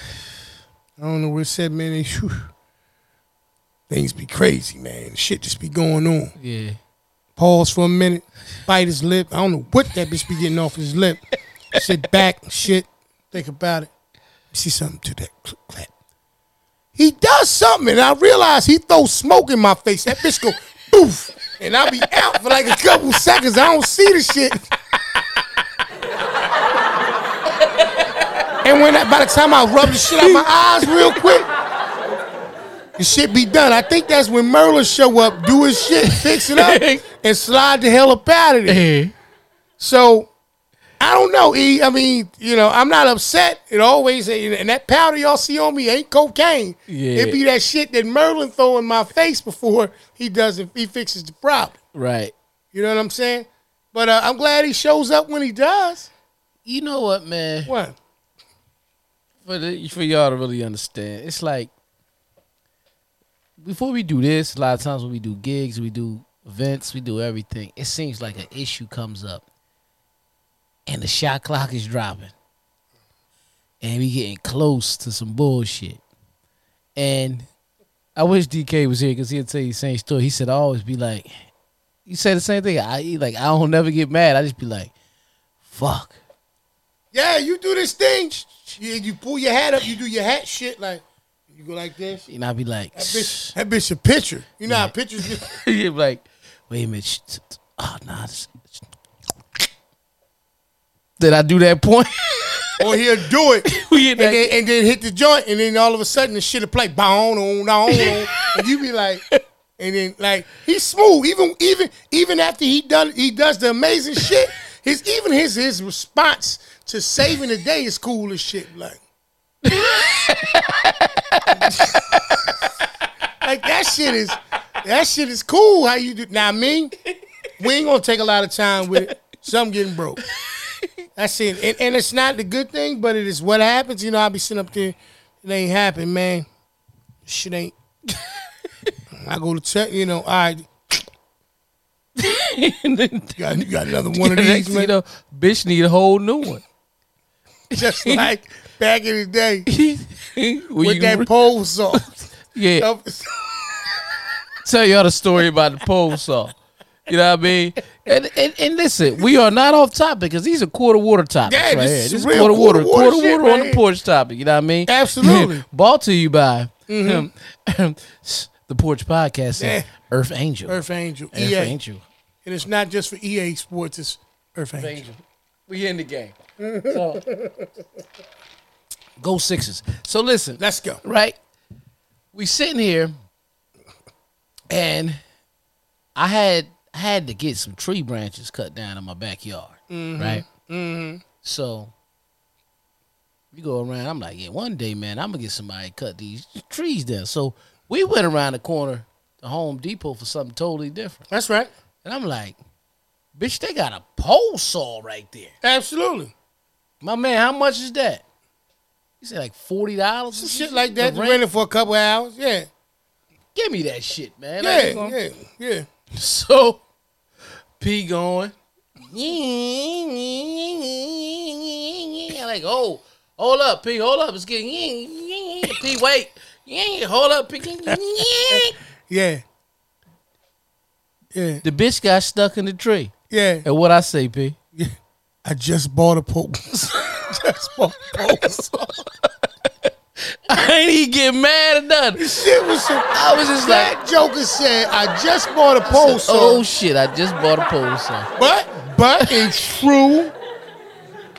Speaker 2: I don't know where it said, man. They, whew. things be crazy, man. Shit just be going on
Speaker 1: Yeah.
Speaker 2: pause for a minute, bite his lip. I don't know what that bitch be getting off his lip. Sit back, shit, think about it. See something to that clip clap. He does something, and I realize he throws smoke in my face. That bitch go boof, and I be out for like a couple seconds. I don't see the shit. and when I, by the time I rub the shit out my eyes real quick, the shit be done. I think that's when Merlin show up, do his shit, fix it up, and slide the hell up out of there.
Speaker 1: Yeah.
Speaker 2: So I don't know. E, I mean, you know, I'm not upset. It always and that powder y'all see on me ain't cocaine.
Speaker 1: Yeah.
Speaker 2: It be that shit that Merlin throw in my face before he does it. He fixes the problem.
Speaker 1: Right.
Speaker 2: You know what I'm saying? But uh, I'm glad he shows up when he does.
Speaker 1: You know what, man?
Speaker 2: What?
Speaker 1: for the, for y'all to really understand, it's like before we do this, a lot of times when we do gigs, we do events, we do everything. It seems like an issue comes up, and the shot clock is dropping, and we getting close to some bullshit. And I wish DK was here because he'd tell you the same story. He said I always be like, you said the same thing. I he like I don't never get mad. I just be like, fuck.
Speaker 2: Yeah, you do this thing. You, you pull your hat up. You do your hat shit like you go like this.
Speaker 1: And I'd be like,
Speaker 2: That bitch, that bitch a picture. You know how pictures get.
Speaker 1: You're like, wait a minute. sh- t- t- Oh, nah. this- sh- Did I do that point?
Speaker 2: or he'll do it
Speaker 1: We in
Speaker 2: and
Speaker 1: that-
Speaker 2: then, and then hit the joint, and then all of a sudden the shit will play bong on on on, and you be like, and then like he's smooth. Even even even after he done he does the amazing shit. His even his his response to saving the day is cool as shit. Like. like that shit is that shit is cool how you do now me we ain't gonna take a lot of time with it some getting broke that's it. And, and it's not the good thing, but it is what happens. You know, I be sitting up there, it ain't happen, man. Shit ain't. I go to check, you know, all right.
Speaker 1: And then
Speaker 2: You got, you got another one of
Speaker 1: the next
Speaker 2: these,
Speaker 1: thing you
Speaker 2: man.
Speaker 1: know, bitch need a whole new one.
Speaker 2: Just like back in the day
Speaker 1: When
Speaker 2: with
Speaker 1: you
Speaker 2: that
Speaker 1: re-
Speaker 2: pole saw.
Speaker 1: yeah, tell y'all the story about the pole saw. You know what I mean? And, and and listen, we are not off topic because these are quarter water topics
Speaker 2: Yeah,
Speaker 1: right
Speaker 2: this
Speaker 1: here.
Speaker 2: is
Speaker 1: This is
Speaker 2: real
Speaker 1: quarter water,
Speaker 2: quarter water
Speaker 1: quarter water,
Speaker 2: shit
Speaker 1: on
Speaker 2: right
Speaker 1: the
Speaker 2: here.
Speaker 1: porch topic. You know what I mean?
Speaker 2: Absolutely. Mm-hmm.
Speaker 1: Brought to you by um, the Porch Podcast, and
Speaker 2: Yeah.
Speaker 1: Earth Angel.
Speaker 2: Earth E Angel,
Speaker 1: Earth
Speaker 2: EA.
Speaker 1: Angel.
Speaker 2: And it's not just for EA Sports, it's Earth Angel.
Speaker 1: We in the game. So, Uh, Go Sixers. So listen,
Speaker 2: Let's go.
Speaker 1: right? We sitting here, and I had had to get some tree branches cut down in my backyard, right? Mm-hmm. So we go around. I'm like, yeah, one day, man, I'm gonna get somebody to cut these trees down. So we went around the corner to Home Depot for something totally different,
Speaker 2: That's right.
Speaker 1: and I'm like, bitch, they got a pole saw right there.
Speaker 2: Absolutely.
Speaker 1: My man, how much is that? He said like forty dollars,
Speaker 2: Some shit like that. You
Speaker 1: Rent?
Speaker 2: rent it for a couple hours. Yeah.
Speaker 1: Give me that shit, man. Like,
Speaker 2: Yeah.
Speaker 1: you know,
Speaker 2: Yeah. Yeah.
Speaker 1: So P going. like, oh, hold up, P, hold up. It's getting P, wait. Hold up, P.
Speaker 2: Yeah. Yeah.
Speaker 1: The bitch got stuck in the tree.
Speaker 2: Yeah.
Speaker 1: And what I say, P?
Speaker 2: I just bought a pole. just bought a pole.
Speaker 1: I ain't even getting mad or nothing.
Speaker 2: Shit was some.
Speaker 1: I was just like,
Speaker 2: That Joker said, "I just bought a pole,
Speaker 1: oh
Speaker 2: so
Speaker 1: shit, I just bought a pole saw.
Speaker 2: but but in true,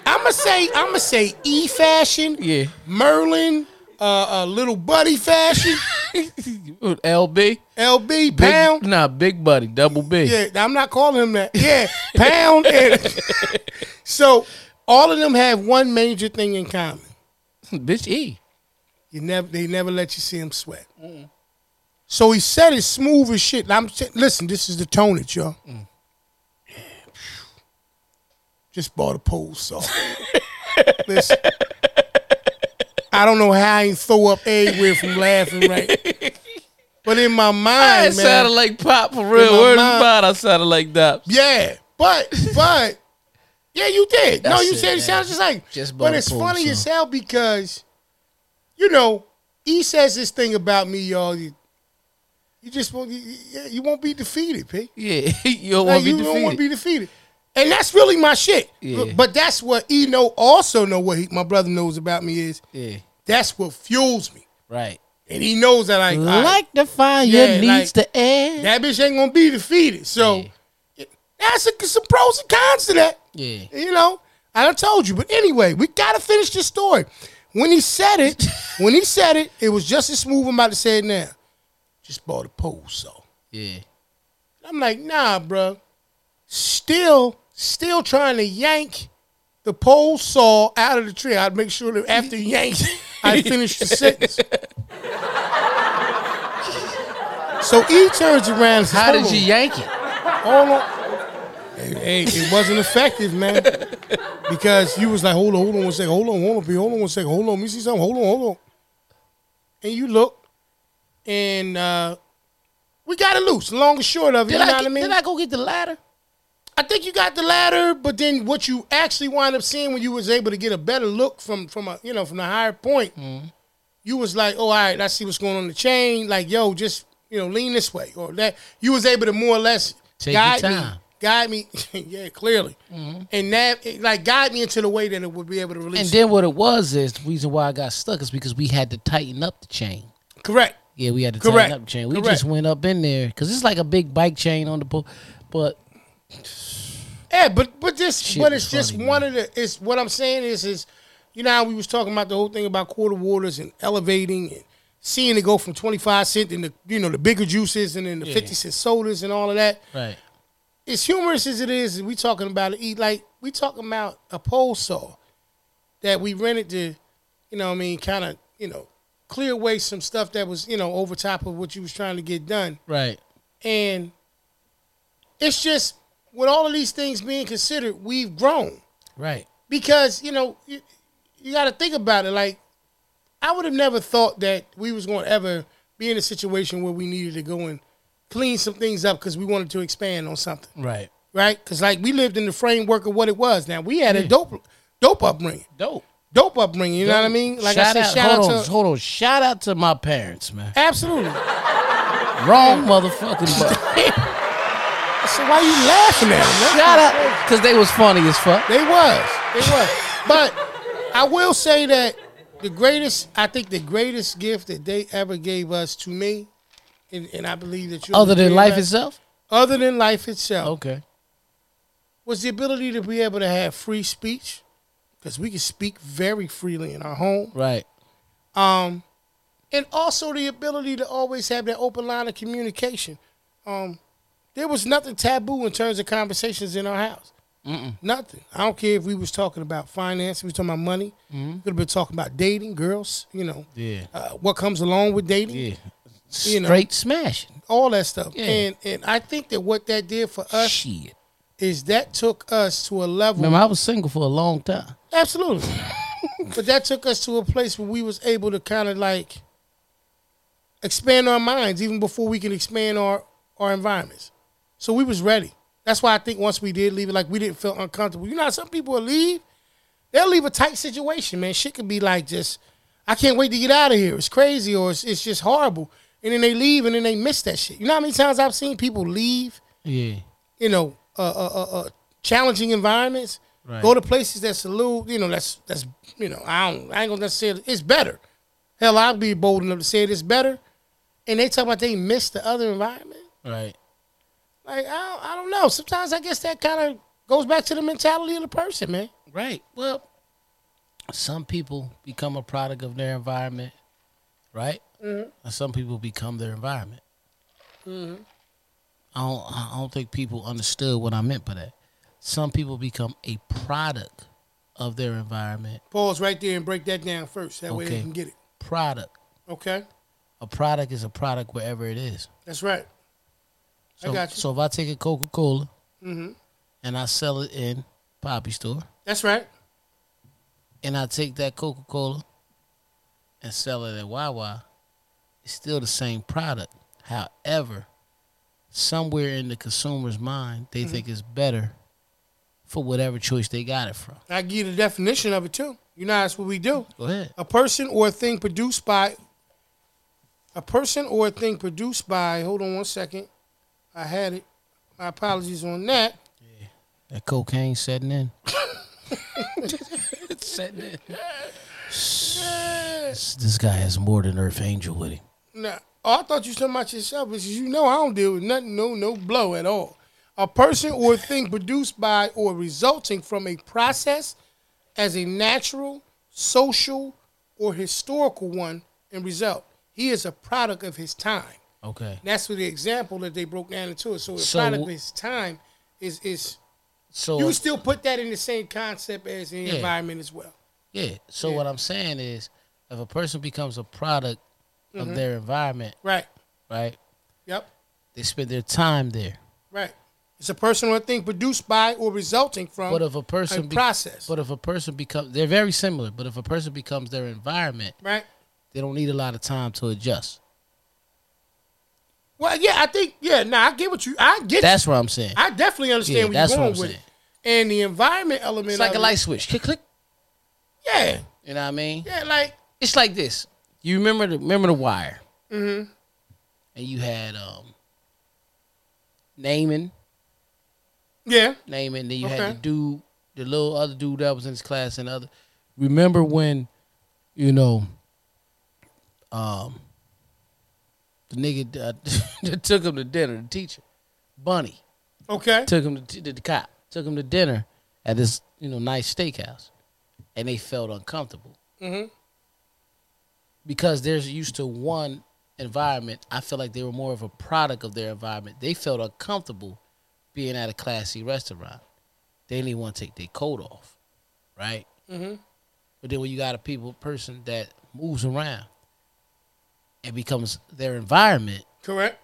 Speaker 2: I'ma say I'ma say E fashion,
Speaker 1: Yeah.
Speaker 2: Merlin, uh, uh, little buddy fashion,
Speaker 1: LB?
Speaker 2: LB
Speaker 1: Big,
Speaker 2: pound.
Speaker 1: Nah, big buddy, double B.
Speaker 2: Yeah, I'm not calling him that. Yeah, pound. and- so all of them have one major thing in common.
Speaker 1: Bitch E.
Speaker 2: You never, they never let you see him sweat. So he said it smooth as shit. And I'm sa- listen. This is the tonnage, y'all. Just bought a pole saw. listen, I don't know how I ain't throw up everywhere from laughing, right? But in my
Speaker 1: I
Speaker 2: mind, man,
Speaker 1: sounded like pop for
Speaker 2: In
Speaker 1: real.
Speaker 2: my
Speaker 1: Word
Speaker 2: mind-
Speaker 1: about I sounded like that.
Speaker 2: yeah. But but yeah, you did. no,
Speaker 1: That's
Speaker 2: you
Speaker 1: it,
Speaker 2: said it
Speaker 1: man.
Speaker 2: sounds just like.
Speaker 1: Just bought
Speaker 2: but
Speaker 1: a
Speaker 2: it's
Speaker 1: pole
Speaker 2: funny
Speaker 1: saw.
Speaker 2: as hell because, you know, he says this thing about me, y'all. You, you just won't. You, you- you won't be defeated, P.
Speaker 1: Yeah, you don't
Speaker 2: Like,
Speaker 1: want to
Speaker 2: you
Speaker 1: be
Speaker 2: don't
Speaker 1: defeated.
Speaker 2: want to be defeated. And that's really my shit.
Speaker 1: Yeah.
Speaker 2: But- But that's what E know also know what he, my brother knows about me is
Speaker 1: yeah,
Speaker 2: that's what fuels me.
Speaker 1: right.
Speaker 2: And he knows that like, all right,
Speaker 1: Like the fire
Speaker 2: Yeah,
Speaker 1: needs
Speaker 2: like-
Speaker 1: to air.
Speaker 2: that bitch ain't gonna be defeated. So that's a, some pros and cons to that.
Speaker 1: yeah,
Speaker 2: You know, I done told you. But anyway, we gotta finish this story. When he said it, when he said it, it was just as smooth. I'm about to say it now. Just bought a pole saw.
Speaker 1: yeah.
Speaker 2: I'm like, nah, bro. Still, still trying to yank the pole saw out of the tree. I'd make sure that after yanked, I finished the sentence. So E turns around. And says,
Speaker 1: How
Speaker 2: "Hold
Speaker 1: did you
Speaker 2: on."
Speaker 1: yank it?
Speaker 2: Hold on. Hey, hey, it wasn't effective, man. Because you was like, hold on, hold on one second, hold on, hold on, P, hold on one second, hold on, let me see something, hold on, hold on. And you look, and uh, we got it loose. Long and short of it,
Speaker 1: Did,
Speaker 2: you
Speaker 1: I,
Speaker 2: know
Speaker 1: get-
Speaker 2: what I mean?
Speaker 1: did I go get the ladder?
Speaker 2: I think you got the ladder, but then what you actually wind up seeing when you was able to get a better look from from a you know from the higher point,
Speaker 1: Mm-hmm.
Speaker 2: you was like, oh, all right, I see what's going on in the chain. Like, yo, just you know, lean this way or that. You was able to more or less
Speaker 1: Take your
Speaker 2: guide me,
Speaker 1: time. Mm-hmm.
Speaker 2: guide me, yeah, clearly, and that like guide me into the way that it would be able to release.
Speaker 1: And then what it was is the reason why I got stuck is because we had to tighten up the chain.
Speaker 2: it. Correct.
Speaker 1: Yeah, we had to
Speaker 2: Correct.
Speaker 1: tighten up the chain. We
Speaker 2: Correct.
Speaker 1: just went up in there because it's like a big bike chain on the pole. But
Speaker 2: Yeah, but but this
Speaker 1: Shit
Speaker 2: but
Speaker 1: is
Speaker 2: it's just
Speaker 1: funny,
Speaker 2: one of the it's what I'm saying is is you know how we was talking about the whole thing about quarter waters and elevating and seeing it go from 25 cent and the you know the bigger juices and then the 50 cent sodas and all of that.
Speaker 1: right,
Speaker 2: As humorous as it is, we talking about it eat like we talking about a pole saw that we rented to, you know what I mean, kind of, you know, clear away some stuff that was, you know, over top of what you was trying to get done.
Speaker 1: right,
Speaker 2: And it's just with all of these things being considered, we've grown
Speaker 1: right.
Speaker 2: because you know you, you got to think about it. Like I would have never thought that we was going to ever be in a situation where we needed to go and clean some things up because we wanted to expand on something,
Speaker 1: Right.
Speaker 2: right? Because like we lived in the framework of what it was. Now we had a dope, dope upbringing,
Speaker 1: Dope.
Speaker 2: dope upbringing. You know what I mean? Like I said, shout
Speaker 1: hold
Speaker 2: out
Speaker 1: on,
Speaker 2: to
Speaker 1: hold on. Shout out to my parents, man.
Speaker 2: absolutely.
Speaker 1: Wrong motherfucking button.
Speaker 2: So why you laughing at him?
Speaker 1: Shout out, cause they was funny as fuck.
Speaker 2: They was. They was. but I will say that the greatest, I think the greatest gift that they ever gave us to me, and, and I believe that you
Speaker 1: Other than life itself.
Speaker 2: other than life itself,
Speaker 1: Okay.
Speaker 2: was the ability to be able to have free speech because we can speak very freely in our home.
Speaker 1: Right.
Speaker 2: Um, and also the ability to always have that open line of communication. Um, there was nothing taboo in terms of conversations in our house.
Speaker 1: Mm-mm.
Speaker 2: Nothing. I don't care if we was talking about finance, we was talking about money, we could have been talking about dating, girls, you know,
Speaker 1: Mm-hmm. Yeah.
Speaker 2: uh, what comes along with dating,
Speaker 1: Yeah.
Speaker 2: You know.
Speaker 1: Straight smashing.
Speaker 2: all that stuff.
Speaker 1: Yeah.
Speaker 2: And and I think that what that did for us
Speaker 1: Shit.
Speaker 2: is that took us to a level.
Speaker 1: Remember, I was single for a long time.
Speaker 2: Absolutely. but that took us to a place where we was able to kind of like expand our minds even before we can expand our our environments. So we was ready. That's why I think once we did leave it, like we didn't feel uncomfortable. You know, how some people will leave, they'll leave a tight situation, man. Shit could be like just, I can't wait to get out of here. It's crazy or it's, it's just horrible. And then they leave and then they miss that shit. You know how many times I've seen people leave
Speaker 1: Yeah.
Speaker 2: you know, uh, uh, uh, uh, challenging environments.
Speaker 1: Right.
Speaker 2: Go to places that's a little, you know, that's that's you know, I don't, I ain't gonna necessarily. It's better. Hell, I'd be bold enough to say it is better. And they talk about they miss the other environment.
Speaker 1: Right.
Speaker 2: Like I, don't, I don't know. Sometimes I guess that kind of goes back to the mentality of the person, man.
Speaker 1: Right. Well, some people become a product of their environment, right?
Speaker 2: Mm-hmm.
Speaker 1: And some people become their environment. I don't. I don't think people understood what I meant by that. Some people become a product of their environment.
Speaker 2: Pause right there and break that down first. That way they
Speaker 1: Okay.
Speaker 2: can get it.
Speaker 1: Product.
Speaker 2: Okay,
Speaker 1: A product is a product wherever it is.
Speaker 2: that's right. I
Speaker 1: So,
Speaker 2: got you.
Speaker 1: So if I take a Coca Cola
Speaker 2: Mhm.
Speaker 1: and I sell it in Poppy Store,
Speaker 2: That's right.
Speaker 1: and I take that Coca Cola and sell it at Wawa, it's still the same product. However, somewhere in the consumer's mind, they think it's better for whatever choice they got it from.
Speaker 2: I give you the definition of it too. You know that's what we do.
Speaker 1: Go ahead.
Speaker 2: a person or a thing produced by a person or a thing produced by hold on one second i had it my apologies on that
Speaker 1: That cocaine setting in. it's setting in. This, this guy has more than Earth Angel with him.
Speaker 2: now oh, i thought you so much yourself because you know i don't deal with nothing no no blow at all a person or thing produced by or resulting from a process as a natural social or historical one and result he is a product of his time
Speaker 1: Okay.
Speaker 2: that's what the example that they broke down into it so a
Speaker 1: So-
Speaker 2: product of his time is is
Speaker 1: So
Speaker 2: You still put that in the same concept as the
Speaker 1: Yeah.
Speaker 2: environment as well.
Speaker 1: Yeah. So
Speaker 2: Yeah.
Speaker 1: what I'm saying is, if a person becomes a product of their environment,
Speaker 2: Right.
Speaker 1: right?
Speaker 2: Yep.
Speaker 1: They spend their time there.
Speaker 2: Right. It's a personal thing produced by or resulting from
Speaker 1: But if a
Speaker 2: a
Speaker 1: person, be-
Speaker 2: process.
Speaker 1: but if a person becomes, they're very similar. But if a person becomes their environment,
Speaker 2: right.
Speaker 1: they don't need a lot of time to adjust.
Speaker 2: Well, yeah, I think yeah. Now I get what you. I get.
Speaker 1: That's what I'm saying.
Speaker 2: I definitely understand
Speaker 1: Yeah,
Speaker 2: where
Speaker 1: that's
Speaker 2: you're
Speaker 1: what
Speaker 2: going
Speaker 1: I'm
Speaker 2: with
Speaker 1: saying.
Speaker 2: it. And the environment element.
Speaker 1: It's like
Speaker 2: of
Speaker 1: a
Speaker 2: it.
Speaker 1: light switch. Click, click.
Speaker 2: Yeah.
Speaker 1: You know what I mean?
Speaker 2: Yeah. Like.
Speaker 1: It's like this. You remember the remember the wire, mm-hmm. and you had um, Naaman,
Speaker 2: Yeah.
Speaker 1: Naaman. Then you
Speaker 2: Okay.
Speaker 1: had the dude, the little other dude that was in his class, and other. Remember when, you know, um, the nigga uh, that took him to dinner, the teacher, Bunny
Speaker 2: Okay.
Speaker 1: took him to the, the cop took him to dinner at this you know nice steakhouse, and they felt uncomfortable
Speaker 2: Mm-hmm.
Speaker 1: because they're used to one environment. I feel like they were more of a product of their environment. They felt uncomfortable being at a classy restaurant. They didn't even want to take their coat off, right?
Speaker 2: Mm-hmm.
Speaker 1: But then when you got a people person that moves around and becomes their environment,
Speaker 2: Correct.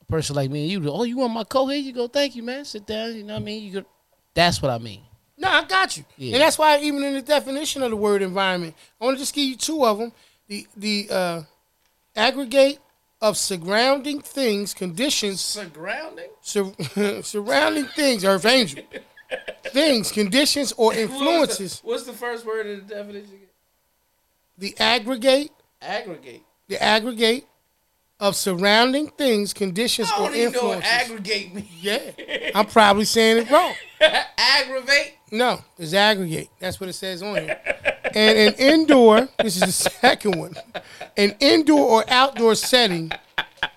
Speaker 1: a person like me and you, oh, you want my coat? Here you go. Thank you, man. Sit down. You know what I mean? You could, that's what I mean.
Speaker 2: No, I got you.
Speaker 1: Yeah.
Speaker 2: And that's why even in the definition of the word environment, I want to just give you two of them. The the uh, aggregate of surrounding things, conditions,
Speaker 3: Surrounding?
Speaker 2: sur- surrounding things, earth angel, things, conditions, or influences.
Speaker 3: What's the first word in the definition? again?
Speaker 2: The aggregate,
Speaker 3: Aggregate.
Speaker 2: the aggregate of surrounding things, conditions,
Speaker 3: I
Speaker 2: or
Speaker 3: don't even know what
Speaker 2: influences.
Speaker 3: aggregate means.
Speaker 2: yeah, I'm probably saying it wrong.
Speaker 3: Aggravate?
Speaker 2: No, it's aggregate. That's what it says on here. And an indoor, this is the second one, an indoor or outdoor setting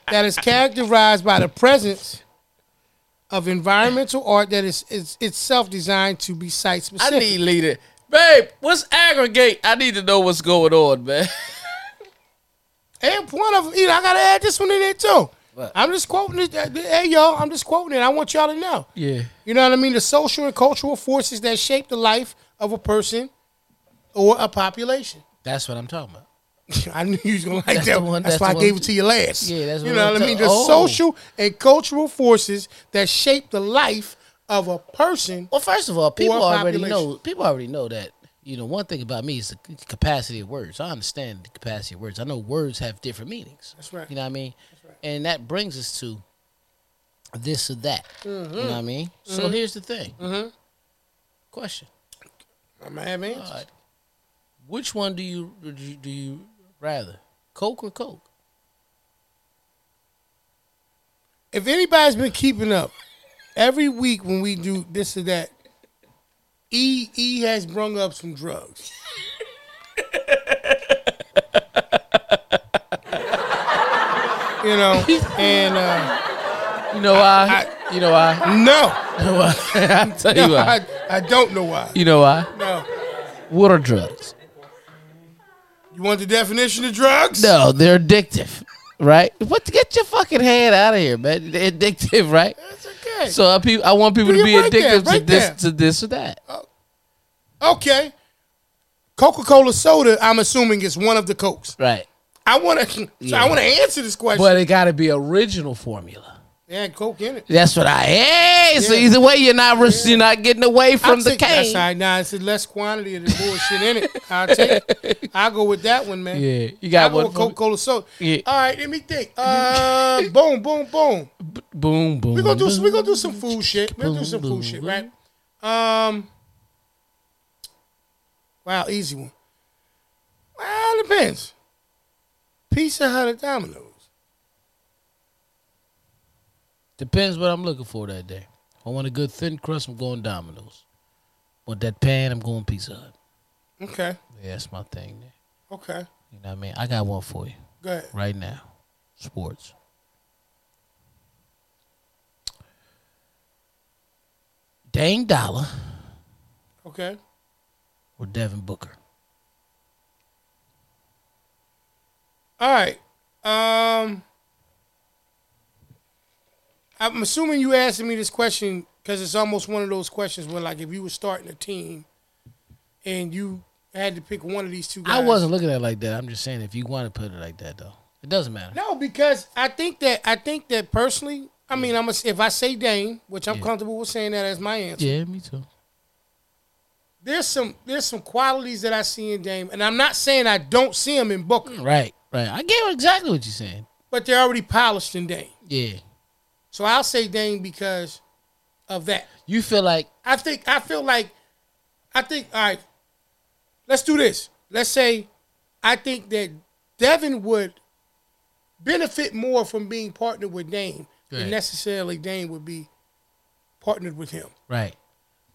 Speaker 2: that is characterized by the presence of environmental art that is, is itself designed to be site
Speaker 3: I
Speaker 2: specific.
Speaker 3: need Lita.
Speaker 4: Babe, what's aggregate? I need to know what's going on, man.
Speaker 2: And one of you know, I gotta add this one in there too.
Speaker 4: What?
Speaker 2: I'm just quoting it. uh, Hey y'all, I'm just quoting it. I want y'all to know.
Speaker 4: Yeah.
Speaker 2: You know what I mean? The social and cultural forces that shape the life of a person or a population.
Speaker 1: That's what I'm talking about.
Speaker 2: I knew you was gonna like
Speaker 1: That's
Speaker 2: that.
Speaker 1: the one-
Speaker 2: that's,
Speaker 1: that's
Speaker 2: why
Speaker 1: the
Speaker 2: I gave
Speaker 1: one.
Speaker 2: it to you last.
Speaker 1: Yeah, that's
Speaker 2: you
Speaker 1: what
Speaker 2: know
Speaker 1: I'm
Speaker 2: what I mean.
Speaker 1: ta-
Speaker 2: The
Speaker 1: Oh.
Speaker 2: social and cultural forces that shape the life of a person.
Speaker 1: Well, first of all, people
Speaker 2: Or
Speaker 1: already
Speaker 2: population.
Speaker 1: know. People already know that. You know, one thing about me is the c- capacity of words. I understand the capacity of words. I know words have different meanings.
Speaker 2: That's right.
Speaker 1: You know what I mean? And that brings us to this or that. You know what I mean? So here's the thing. Question.
Speaker 2: I'm gonna have
Speaker 1: All
Speaker 2: answers.
Speaker 1: right. Which one do you do you, do you rather Coke or Coke?
Speaker 2: If anybody's been keeping up, every week when we do this or that, E E has brung up some drugs. you know, and uh,
Speaker 4: You know why? you know why?
Speaker 2: no,
Speaker 4: You know why? I'll tell you why.
Speaker 2: I, I don't know why.
Speaker 4: You know why?
Speaker 2: No,
Speaker 1: What are drugs?
Speaker 2: you want the definition of drugs?
Speaker 1: No, they're addictive, right? What? Get your fucking hand out of here, man. They're addictive, right?
Speaker 2: That's okay.
Speaker 4: So I, pe- I want people to
Speaker 2: Yeah,
Speaker 4: be
Speaker 2: right there,
Speaker 4: addicted to
Speaker 2: right
Speaker 4: this to
Speaker 2: there.
Speaker 4: this or that.
Speaker 2: okay, Coca Cola soda. I'm assuming is one of the cokes.
Speaker 1: Right.
Speaker 2: I want to. So
Speaker 1: Yeah.
Speaker 2: I want to answer this question.
Speaker 1: But it got to be original formula.
Speaker 2: they had coke in it.
Speaker 1: That's what I. Hey, so
Speaker 2: Yeah.
Speaker 1: either way, you're not ris- you're not getting away from
Speaker 2: I'll
Speaker 1: the
Speaker 2: take- That's
Speaker 1: cane.
Speaker 2: all right. Nah, it's the less quantity of the bullshit in it. I'll take it. I'll go with that one, man.
Speaker 4: Yeah, you
Speaker 2: I'll
Speaker 4: got
Speaker 2: go
Speaker 4: one.
Speaker 2: with Coca Cola soda.
Speaker 4: Yeah.
Speaker 2: All right, let me think. Uh, boom, boom, boom.
Speaker 4: B- boom, boom.
Speaker 2: We're gonna do some,
Speaker 4: boom.
Speaker 2: we gonna do some food shit. We're gonna do some food shit, right? Um Wow, easy one. Well, it depends. Pizza Hut or Domino's.
Speaker 1: Depends what I'm looking for that day. If I want a good thin crust. I'm going Domino's. Want that pan? I'm going Pizza Hut.
Speaker 2: Okay,
Speaker 1: Yeah, that's my thing. There.
Speaker 2: okay.
Speaker 1: You know what I mean? I got one for you
Speaker 2: Go ahead.
Speaker 1: right now. Sports. Dang Dollar
Speaker 2: Okay.
Speaker 1: or Devin Booker?
Speaker 2: All right. Um, I'm assuming you asking me this question because it's almost one of those questions where, like, if you were starting a team and you had to pick one of these two guys.
Speaker 1: I wasn't looking at it like that. I'm just saying if you want to put it like that though, it doesn't matter.
Speaker 2: No, because I think that I think that personally, I mean, I'm a, if I say Dame, which I'm
Speaker 1: Yeah.
Speaker 2: comfortable with saying that as my answer.
Speaker 1: Yeah, me too.
Speaker 2: There's some there's some qualities that I see in Dame, and I'm not saying I don't see him in Booker,
Speaker 1: Right, right. I get exactly what you're saying.
Speaker 2: but they're already polished in Dame.
Speaker 1: Yeah,
Speaker 2: So I'll say Dame because of that.
Speaker 1: you feel like
Speaker 2: I think I feel like I think all right. Let's do this. Let's say I think that Devin would benefit more from being partnered with Dame
Speaker 1: Right.
Speaker 2: than necessarily Dame would be partnered with him.
Speaker 1: right.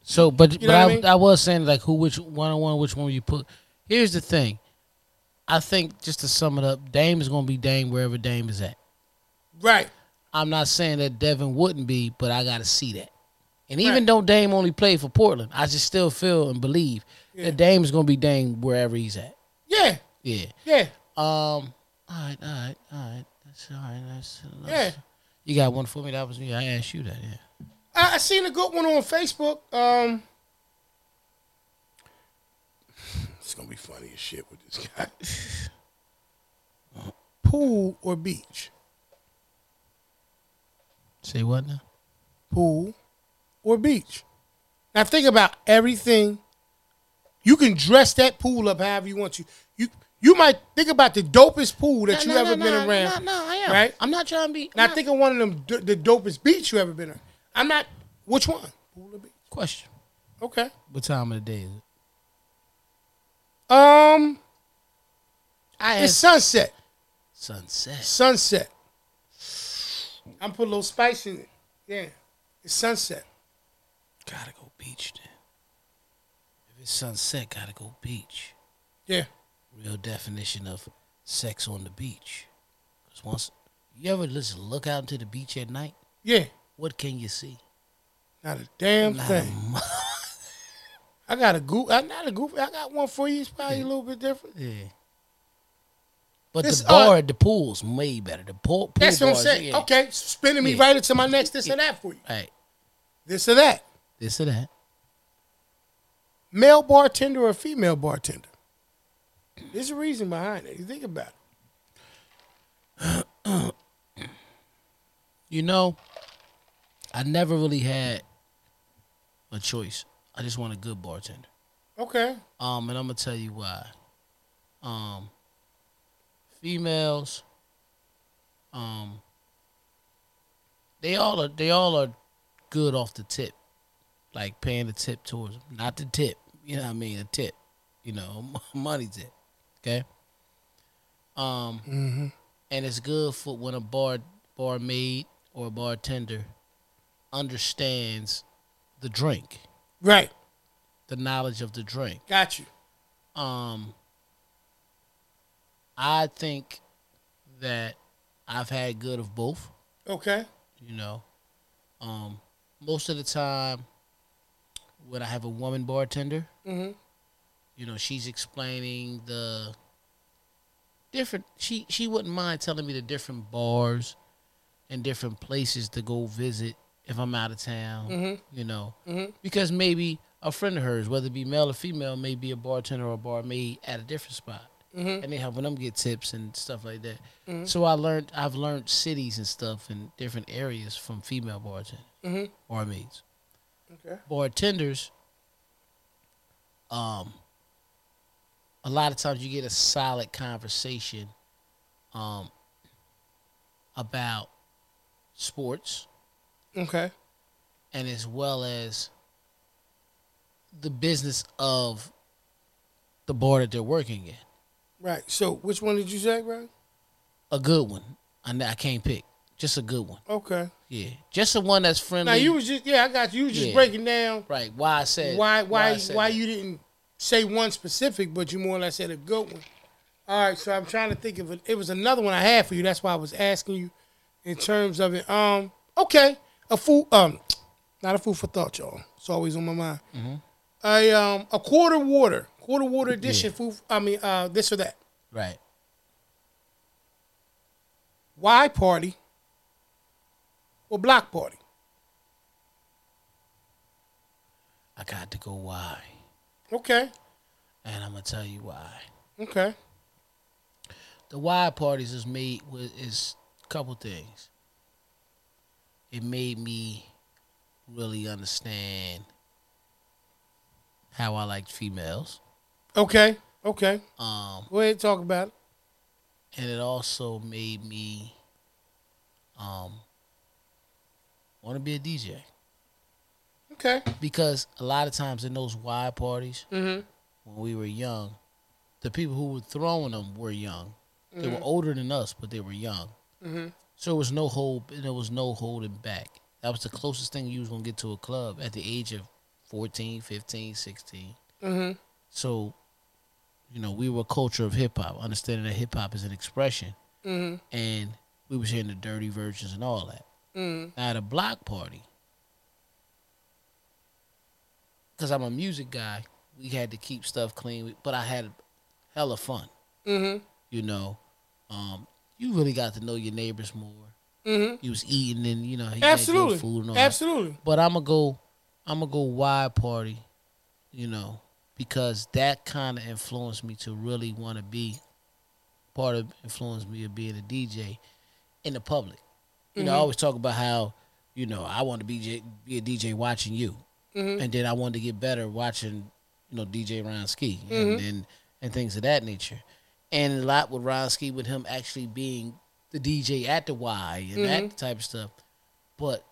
Speaker 1: So, but
Speaker 2: You know
Speaker 1: but
Speaker 2: what
Speaker 1: I,
Speaker 2: I mean?
Speaker 1: I was saying like who which one on one which one you put. Here's the thing. I think just to sum it up, Dame is gonna be Dame wherever Dame is at.
Speaker 2: Right.
Speaker 1: I'm not saying that Devin wouldn't be, but I gotta see that. And even
Speaker 2: Right.
Speaker 1: though Dame only played for Portland, I just still feel and believe
Speaker 2: Yeah.
Speaker 1: that Dame is gonna be Dame wherever he's at.
Speaker 2: Yeah.
Speaker 1: Yeah.
Speaker 2: Yeah.
Speaker 1: Um. All right. All right. All right. That's all right. That's,
Speaker 2: Yeah.
Speaker 1: that's- You got one for me. That was me. I asked you that. Yeah.
Speaker 2: I, I seen a good one on Facebook. Um It's gonna be funny as shit with this guy. Pool or beach?
Speaker 1: Say what now?
Speaker 2: pool, or beach. Now think about everything. You can dress that pool up however you want to. You you might think about the dopest pool that you
Speaker 1: No, no,
Speaker 2: ever
Speaker 1: no,
Speaker 2: been
Speaker 1: no,
Speaker 2: around.
Speaker 1: No, no, I am.
Speaker 2: right?
Speaker 1: I'm not trying to be.
Speaker 2: Now
Speaker 1: not-
Speaker 2: think of one of them d- the dopest beach you ever been on. I'm not. Which one? Pool or beach?
Speaker 1: Question.
Speaker 2: Okay.
Speaker 1: What time of the day is it?
Speaker 2: Um,
Speaker 1: I
Speaker 2: it's sunset.
Speaker 1: sunset.
Speaker 2: Sunset. I'm put a little spice in it. Yeah, it's sunset.
Speaker 1: Gotta go beach then. If it's sunset, gotta go beach.
Speaker 2: Yeah.
Speaker 1: Real definition of sex on the beach. 'Cause once you ever just look out into the beach at night,
Speaker 2: Yeah.
Speaker 1: what can you see?
Speaker 2: Not a damn
Speaker 1: Not a
Speaker 2: thing. I got a goof. I not a goof. I got one for you. It's probably a little bit different.
Speaker 1: Yeah. But
Speaker 2: This,
Speaker 1: the bar
Speaker 2: uh,
Speaker 1: at the pool's way better. The pool, pool
Speaker 2: That's what I'm
Speaker 1: bars,
Speaker 2: saying.
Speaker 1: yeah.
Speaker 2: Okay, spinning me
Speaker 1: Yeah.
Speaker 2: right into my next this or that for you.
Speaker 1: Right.
Speaker 2: This or that.
Speaker 1: This or that.
Speaker 2: Male bartender or female bartender. There's a reason behind it. You think about it.
Speaker 1: You know, I never really had a choice. I just want a good bartender.
Speaker 2: Okay.
Speaker 1: Um, and I'm gonna tell you why. Um, females. Um, they all are they all are good off the tip, like paying the tip towards them. not the tip. You know what I mean? A tip. You know, money tip. Okay. Um,
Speaker 2: Mhm.
Speaker 1: and it's good for when a bar barmaid or a bartender understands the drink,
Speaker 2: Right.
Speaker 1: the knowledge of the drink.
Speaker 2: Got you.
Speaker 1: Um, I think that I've had good of both.
Speaker 2: Okay.
Speaker 1: You know, um, most of the time when I have a woman bartender,
Speaker 2: Mm-hmm.
Speaker 1: you know, she's explaining the different. She she wouldn't mind telling me the different bars and different places to go visit if I'm out of town.
Speaker 2: Mhm.
Speaker 1: You know,
Speaker 2: Mhm.
Speaker 1: because maybe a friend of hers, whether it be male or female, may be a bartender or a barmaid at a different spot
Speaker 2: Mm-hmm.
Speaker 1: and they helping them get tips and stuff like that.
Speaker 2: Mhm.
Speaker 1: So I learned I've learned cities and stuff in different areas from female bartenders
Speaker 2: Mhm.
Speaker 1: or maids.
Speaker 2: Okay.
Speaker 1: Bartenders, um, a lot of times you get a solid conversation, um, about sports
Speaker 2: Okay.
Speaker 1: and as well as the business of the bar that they're working in.
Speaker 2: Right. So which one did you say, bro?
Speaker 1: a good one. I, kn- I can't pick. Just a good one.
Speaker 2: Okay.
Speaker 1: Yeah. Just the one that's friendly.
Speaker 2: Now you was just yeah, I got you. You was just
Speaker 1: Yeah.
Speaker 2: breaking down
Speaker 1: right. Why I said
Speaker 2: why
Speaker 1: I
Speaker 2: why
Speaker 1: said
Speaker 2: why
Speaker 1: that.
Speaker 2: you didn't say one specific, but you more or less said a good one. All right, so I'm trying to think of it. It was another one I had for you. That's why I was asking you in terms of it. Um, okay, a food um, not a food for thought, y'all. It's always on my mind.
Speaker 1: Mm-hmm.
Speaker 2: A um, a quarter water, quarter water edition food. I mean, uh, this or that.
Speaker 1: right.
Speaker 2: Why party or block party?
Speaker 1: I got to go why,
Speaker 2: Okay,
Speaker 1: and I'm gonna tell you why.
Speaker 2: okay,
Speaker 1: The why parties is made with is a couple things. It made me really understand how I liked females.
Speaker 2: okay, okay.
Speaker 1: Um,
Speaker 2: Go ahead, talk about it.
Speaker 1: and it also made me um want to be a DJ
Speaker 2: Okay.
Speaker 1: because a lot of times in those wide parties
Speaker 2: Mm-hmm.
Speaker 1: when we were young, the people who were throwing them were young. They were older than us, but they were young.
Speaker 2: Mhm.
Speaker 1: So it was no hold, and there was no holding back. That was the closest thing you was gonna get to a club at the age of 14, 15, 16.
Speaker 2: Mhm.
Speaker 1: So, you know, we were a culture of hip hop, understanding that hip hop is an expression.
Speaker 2: Mhm.
Speaker 1: and we was hearing the dirty versions and all that.
Speaker 2: Mm.
Speaker 1: Now at a block party, because I'm a music guy, we had to keep stuff clean, but I had hella fun,
Speaker 2: Mm-hmm.
Speaker 1: you know. Um, you really got to know your neighbors more.
Speaker 2: Mm-hmm.
Speaker 1: You was eating and you know, you had good
Speaker 2: Absolutely.
Speaker 1: food and all that.
Speaker 2: Absolutely.
Speaker 1: But I'm gonna go, I'm gonna go wide party, you know, because that kind of influenced me to really want to be part of influenced me of being a DJ in the public. You know, I always talk about how, you know, I want to be J- be a DJ watching you,
Speaker 2: Mhm.
Speaker 1: and then I wanted to get better watching, you know, DJ Ron Ski and,
Speaker 2: Mm-hmm.
Speaker 1: and and things of that nature, and a lot with Ron Ski with him actually being the DJ at the Y and
Speaker 2: Mm-hmm.
Speaker 1: that type of stuff, but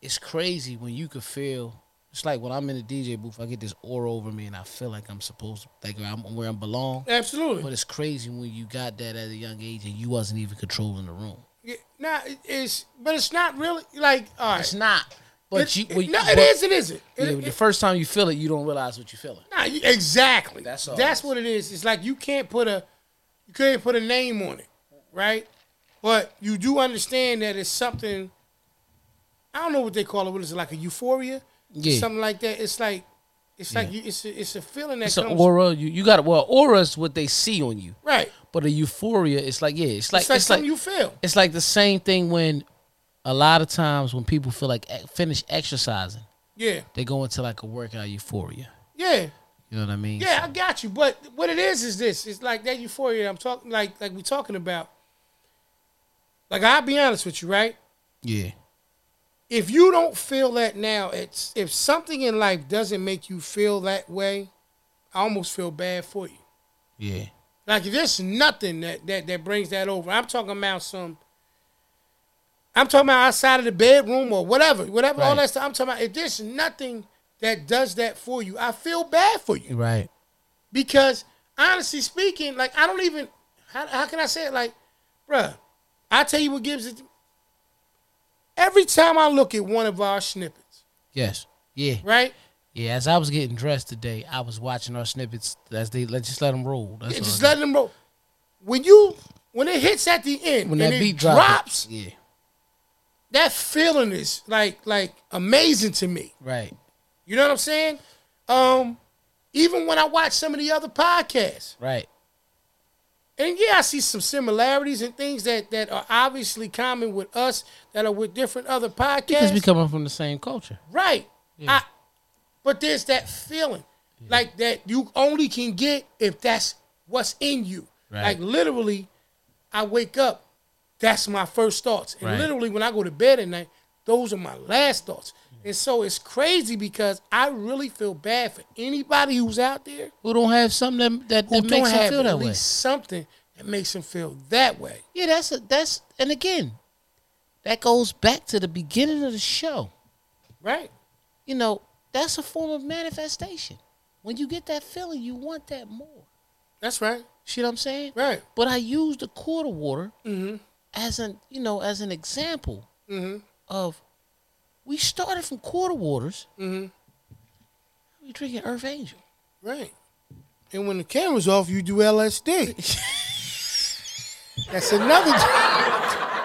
Speaker 1: it's crazy when you could feel. It's like when I'm in the DJ booth, I get this aura over me, and I feel like I'm supposed, to, like I'm where I belong. But
Speaker 2: Absolutely.
Speaker 1: it's crazy when you got that at a young age and you wasn't even controlling the room.
Speaker 2: Yeah, Now it- it's, but it's not really like all right.
Speaker 1: It's not, but
Speaker 2: It-
Speaker 1: you.
Speaker 2: it-
Speaker 1: well,
Speaker 2: no,
Speaker 1: but,
Speaker 2: it is. It isn't. It,
Speaker 1: yeah,
Speaker 2: it-
Speaker 1: the first time you feel it, you don't realize what you're feeling.
Speaker 2: nah, you- exactly.
Speaker 1: That's all.
Speaker 2: That's what it is. It's like you can't put a, you couldn't put a name on it, right? But you do understand that it's something. I don't know what they call it. What is it like a euphoria?
Speaker 1: Yeah.
Speaker 2: Something like that. It's like It's like you, it's a, it's a feeling that
Speaker 1: It's an
Speaker 2: comes
Speaker 1: aura. You, you got well, aura is what they see on you.
Speaker 2: right.
Speaker 1: But a euphoria, it's like yeah, it's like
Speaker 2: It's like
Speaker 1: it's like,
Speaker 2: something you feel.
Speaker 1: it's like the same thing when a lot of times when people feel like e- finish exercising,
Speaker 2: Yeah,
Speaker 1: they go into like a workout euphoria.
Speaker 2: yeah,
Speaker 1: You know what I mean?
Speaker 2: yeah. I got you. But what it is is this. It's like that euphoria. I'm talking like like we talking about. Like I'll be honest with you, right?
Speaker 1: Yeah.
Speaker 2: if you don't feel that now, it's if something in life doesn't make you feel that way, I almost feel bad for you.
Speaker 1: Yeah.
Speaker 2: Like if there's nothing that that, that brings that over. I'm talking about some I'm talking about outside of the bedroom or whatever, whatever all
Speaker 1: Right.
Speaker 2: that stuff. I'm talking about if there's nothing that does that for you, I feel bad for you.
Speaker 1: Right.
Speaker 2: Because honestly speaking, like I don't even how, how can I say it? Like, bruh, I tell you what gives it every time I look at one of our snippets,
Speaker 1: Yes. Yeah.
Speaker 2: right?
Speaker 1: Yeah. As I was getting dressed today, I was watching our snippets as they let just let them roll. That's
Speaker 2: Yeah,
Speaker 1: all
Speaker 2: just
Speaker 1: I did.
Speaker 2: letting them roll. When you when it hits at the end,
Speaker 1: when
Speaker 2: and
Speaker 1: that
Speaker 2: it
Speaker 1: beat
Speaker 2: drops,
Speaker 1: drops. Yeah.
Speaker 2: that feeling is like like amazing to me.
Speaker 1: Right.
Speaker 2: You know what I'm saying? Um, even when I watch some of the other podcasts,
Speaker 1: Right.
Speaker 2: and yeah, I see some similarities and things that that are obviously common with us that are with different other podcasts.
Speaker 1: Because we coming from the same culture.
Speaker 2: Right. I, but there's that feeling, like that you only can get if that's what's in you.
Speaker 1: Right.
Speaker 2: Like literally, I wake up, that's my first thoughts, and
Speaker 1: Right.
Speaker 2: literally when I go to bed at night, those are my last thoughts. And so it's crazy because I really feel bad for anybody who's out there
Speaker 1: Who don't have something that that,
Speaker 2: who
Speaker 1: that
Speaker 2: don't
Speaker 1: makes them
Speaker 2: have
Speaker 1: feel that
Speaker 2: at
Speaker 1: way.
Speaker 2: least something that makes them feel that way.
Speaker 1: Yeah, that's a, that's and again, that goes back to the beginning of the show.
Speaker 2: Right.
Speaker 1: You know, that's a form of manifestation. When you get that feeling, you want that more.
Speaker 2: That's right.
Speaker 1: See what I'm saying?
Speaker 2: Right. Mm-hmm.
Speaker 1: But I use the quarter water as an you know as an example of we started from quarter waters.
Speaker 2: Mm-hmm.
Speaker 1: We drinking Earth Angel.
Speaker 2: Right. And when the camera's off, you do LSD. That's another.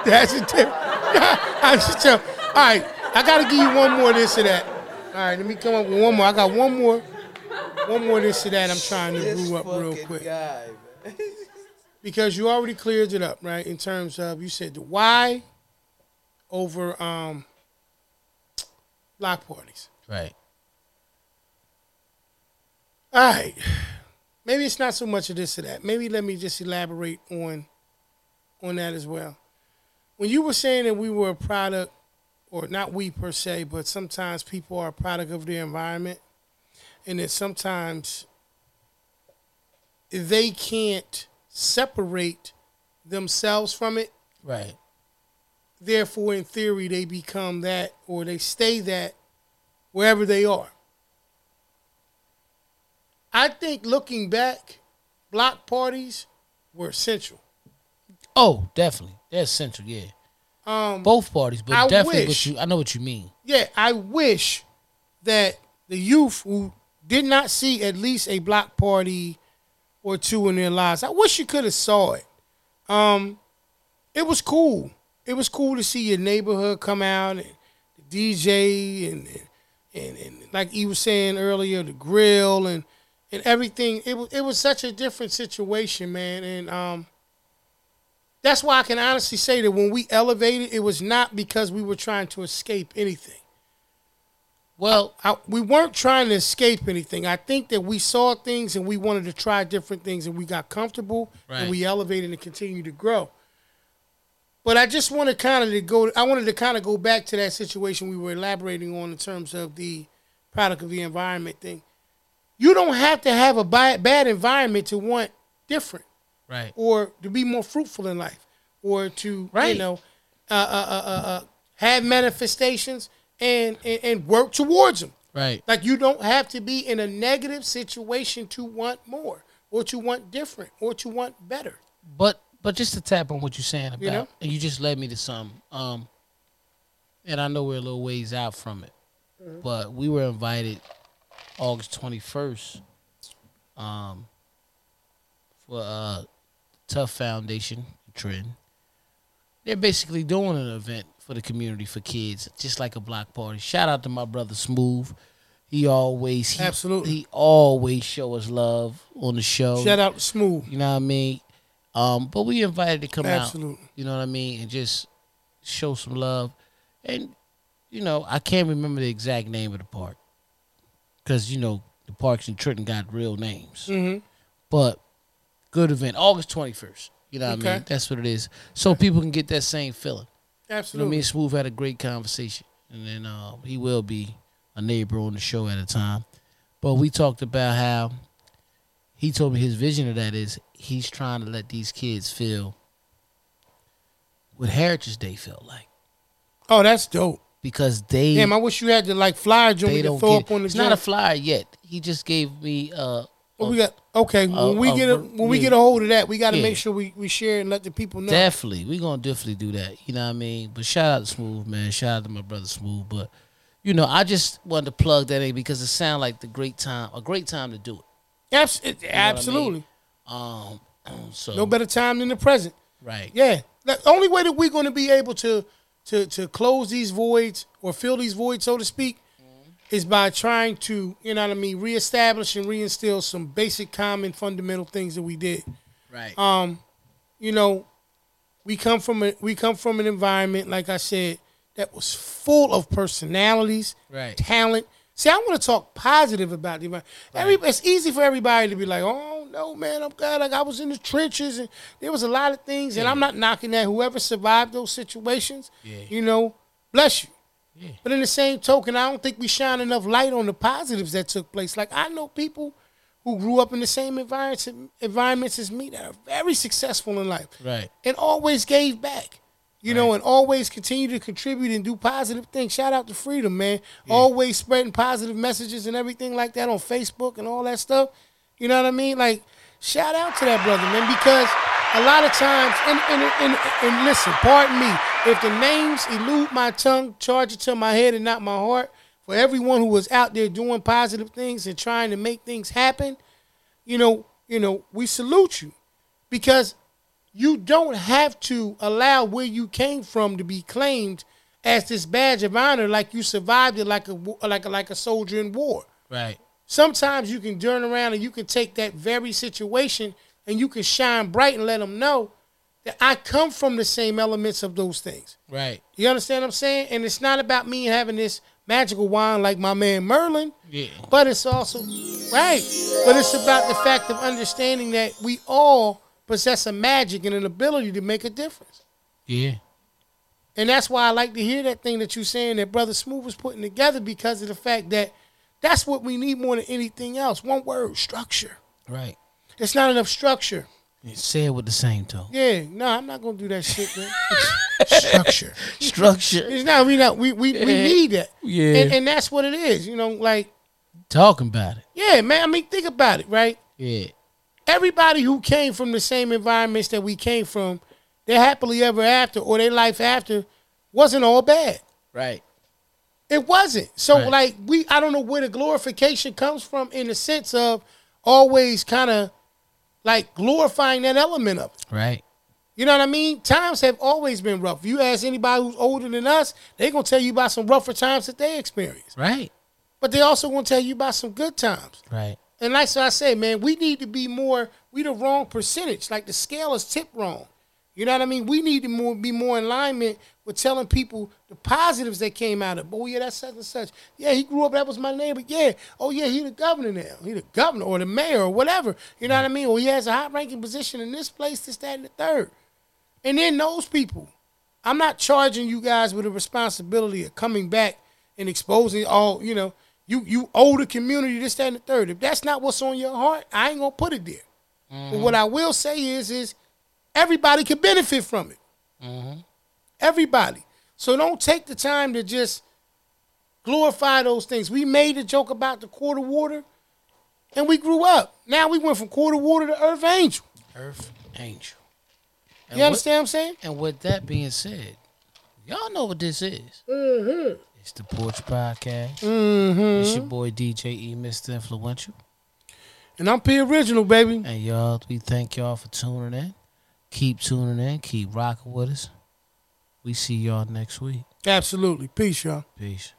Speaker 2: That's a tip. I just tell. All right, I gotta give you one more this or that. All right, let me come up with one more. I got one more, one more this or that. I'm trying to
Speaker 3: This
Speaker 2: brew up real
Speaker 3: fucking
Speaker 2: quick
Speaker 3: guy, man.
Speaker 2: because you already cleared it up, right? In terms of you said the why over um block parties.
Speaker 1: Right.
Speaker 2: All right. Maybe it's not so much of this or that. Maybe let me just elaborate on on that as well. When you were saying that we were a product, or not we per se, but sometimes people are a product of their environment, and that sometimes they can't separate themselves from it.
Speaker 1: Right.
Speaker 2: Therefore, in theory, they become that or they stay that wherever they are. I think looking back, block parties were essential.
Speaker 1: Oh, definitely. That's central. Yeah.
Speaker 2: Um,
Speaker 1: Both parties, but
Speaker 2: I
Speaker 1: definitely
Speaker 2: wish-
Speaker 1: what you. I know what you mean.
Speaker 2: yeah, I wish that the youth who did not see at least a block party or two in their lives, I wish you could have saw it. Um, it was cool. It was cool to see your neighborhood come out and the DJ and and, and, and like you was saying earlier, the grill and and everything. It was it was such a different situation, man, and um. That's why I can honestly say that when we elevated, it was not because we were trying to escape anything.
Speaker 1: Well,
Speaker 2: I, we weren't trying to escape anything. I think that we saw things and we wanted to try different things and we got comfortable
Speaker 1: Right.
Speaker 2: and we elevated and continued to grow. But I just wanted kind of to go. I wanted to kind of go back to that situation we were elaborating on in terms of the product of the environment thing. You don't have to have a bi- bad environment to want different
Speaker 1: right.
Speaker 2: or to be more fruitful in life, or to
Speaker 1: Right.
Speaker 2: you know, uh, uh, uh, uh, uh, have manifestations and, and and work towards them.
Speaker 1: Right.
Speaker 2: Like you don't have to be in a negative situation to want more, or to want different, or to want better.
Speaker 1: But but just to tap on what you're saying about,
Speaker 2: You
Speaker 1: you,
Speaker 2: know?
Speaker 1: you just led me to something. Um, and I know we're a little ways out from it,
Speaker 2: Mm-hmm.
Speaker 1: but we were invited August 21st, um, for uh, Tough Foundation Trend. They're basically doing an event for the community for kids, just like a block party. Shout out to my brother Smooth. He always he,
Speaker 2: Absolutely.
Speaker 1: he always show us love on the show.
Speaker 2: Shout out to Smooth.
Speaker 1: You know what I mean? Um, but we invited to come out.
Speaker 2: Absolutely.
Speaker 1: You know what I mean? And just show some love. And, you know, I can't remember the exact name of the park. Because, you know, the parks in Trenton got real names.
Speaker 2: Mm-hmm.
Speaker 1: But good event. August 21st. You know what I
Speaker 2: Okay.
Speaker 1: mean? That's what it is. So people can get that same feeling. You know what I
Speaker 2: Absolutely.
Speaker 1: mean? Smooth had a great conversation. And then uh, he will be a neighbor on the show at a time. But we talked about how he told me his vision of that is he's trying to let these kids feel what Heritage Day felt like.
Speaker 2: Oh, that's dope.
Speaker 1: Because they
Speaker 2: Damn, I wish you had the like flyer joint
Speaker 1: they
Speaker 2: we
Speaker 1: don't
Speaker 2: could throw
Speaker 1: get
Speaker 2: up on the
Speaker 1: It's not a
Speaker 2: joint.
Speaker 1: flyer yet. He just gave me uh
Speaker 2: What we got okay.
Speaker 1: uh,
Speaker 2: when we
Speaker 1: uh,
Speaker 2: get a
Speaker 1: ver-
Speaker 2: when we
Speaker 1: yeah.
Speaker 2: get a hold of that, we got to
Speaker 1: Yeah.
Speaker 2: make sure we, we share and let the people know.
Speaker 1: Definitely. We're gonna definitely do that. You know what I mean? But shout out to Smooth, man. Shout out to my brother Smooth. But you know, I just wanted to plug that in because it sounded like the great time a great time to do it.
Speaker 2: Abs- it-
Speaker 1: I mean?
Speaker 2: absolutely,
Speaker 1: Um so
Speaker 2: no better time than the present.
Speaker 1: right.
Speaker 2: Yeah, the only way that we're going to be able to to to close these voids or fill these voids, so to speak, is by trying to you know what I mean, reestablish and reinstill some basic, common, fundamental things that we did.
Speaker 1: Right.
Speaker 2: um, you know, we come from a, we come from an environment, like I said, that was full of personalities,
Speaker 1: Right.
Speaker 2: talent. See, I want to talk positive about the environment. Every, it's easy for everybody to be like, "Oh no, man, I'm glad like, I was in the trenches, and there was a lot of things." And I'm not knocking that. Whoever survived those situations,
Speaker 1: Yeah.
Speaker 2: you know, bless you.
Speaker 1: Yeah.
Speaker 2: But in the same token, I don't think we shine enough light on the positives that took place. Like I know people who grew up in the same environments environments as me that are very successful in life
Speaker 1: right.
Speaker 2: and always gave back. You know, and always continue to contribute and do positive things. Shout out to Freedom, man. Always spreading positive messages and everything like that on Facebook and all that stuff. You know what I mean? Like, shout out to that brother, man, because a lot of times, and, and, and, and listen, pardon me, if the names elude my tongue, charge it to my head and not my heart, for everyone who was out there doing positive things and trying to make things happen, you know, you know, we salute you because you don't have to allow where you came from to be claimed as this badge of honor, like you survived it, like a wa- like a, like a soldier in war.
Speaker 1: Right.
Speaker 2: Sometimes you can turn around and you can take that very situation and you can shine bright and let them know that I come from the same elements of those things.
Speaker 1: Right.
Speaker 2: You understand what I'm saying? And it's not about me having this magical wand like my man Merlin.
Speaker 1: Yeah.
Speaker 2: But it's also right. But it's about the fact of understanding that we all possess a magic and an ability to make a difference.
Speaker 1: Yeah.
Speaker 2: And that's why I like to hear that thing that you're saying that Brother Smooth was putting together because of the fact that that's what we need more than anything else. One word, structure.
Speaker 1: Right.
Speaker 2: It's not enough structure.
Speaker 1: Say it with the same tone.
Speaker 2: Yeah, no, I'm not gonna do that shit, man. structure.
Speaker 1: Structure.
Speaker 2: It's not we not we we, we need that.
Speaker 1: Yeah.
Speaker 2: And, and that's what it is. You know, like,
Speaker 1: Talking about it.
Speaker 2: yeah, man, I mean, think about it, right?
Speaker 1: Yeah.
Speaker 2: everybody who came from the same environments that we came from, their happily ever after or their life after wasn't all bad.
Speaker 4: Right.
Speaker 2: It wasn't. So
Speaker 1: Right.
Speaker 2: like we I don't know where the glorification comes from in the sense of always kind of like glorifying that element of it.
Speaker 1: Right.
Speaker 2: You know what I mean? Times have always been rough. You ask anybody who's older than us, they gonna tell you about some rougher times that they experienced.
Speaker 1: Right.
Speaker 2: But they also gonna tell you about some good times.
Speaker 1: Right.
Speaker 2: And like so I say, man, we need to be more. We the wrong percentage. Like the scale is tipped wrong. You know what I mean? We need to more be more in alignment with telling people the positives that came out of. it. Oh yeah, that's such and such. Yeah, he grew up. That was my neighbor. Yeah. Oh yeah, he the governor now. He the governor or the mayor or whatever. You know what I mean? Or he has a high ranking position in this place, this, that, and the third. And then those people. I'm not charging you guys with a responsibility of coming back and exposing all, you know, you you owe the community this, that, and the third. If that's not what's on your heart, I ain't gonna put it there.
Speaker 1: Mm-hmm.
Speaker 2: But what I will say is, is everybody can benefit from it.
Speaker 1: Mm-hmm.
Speaker 2: Everybody. So don't take the time to just glorify those things. We made a joke about the quarter water, and we grew up. Now we went from quarter water to Earth Angel.
Speaker 1: Earth angel. And
Speaker 2: You
Speaker 1: what-
Speaker 2: understand what I'm saying?
Speaker 1: And with that being said, y'all know what this is.
Speaker 2: Mm-hmm.
Speaker 1: It's the Porch Podcast. It's your boy DJ E, Mr. Influential.
Speaker 2: And I'm P Original, baby.
Speaker 1: And y'all, we thank y'all for tuning in. Keep tuning in. Keep rocking with us. We see y'all next week.
Speaker 2: Absolutely. Peace, y'all.
Speaker 1: Peace.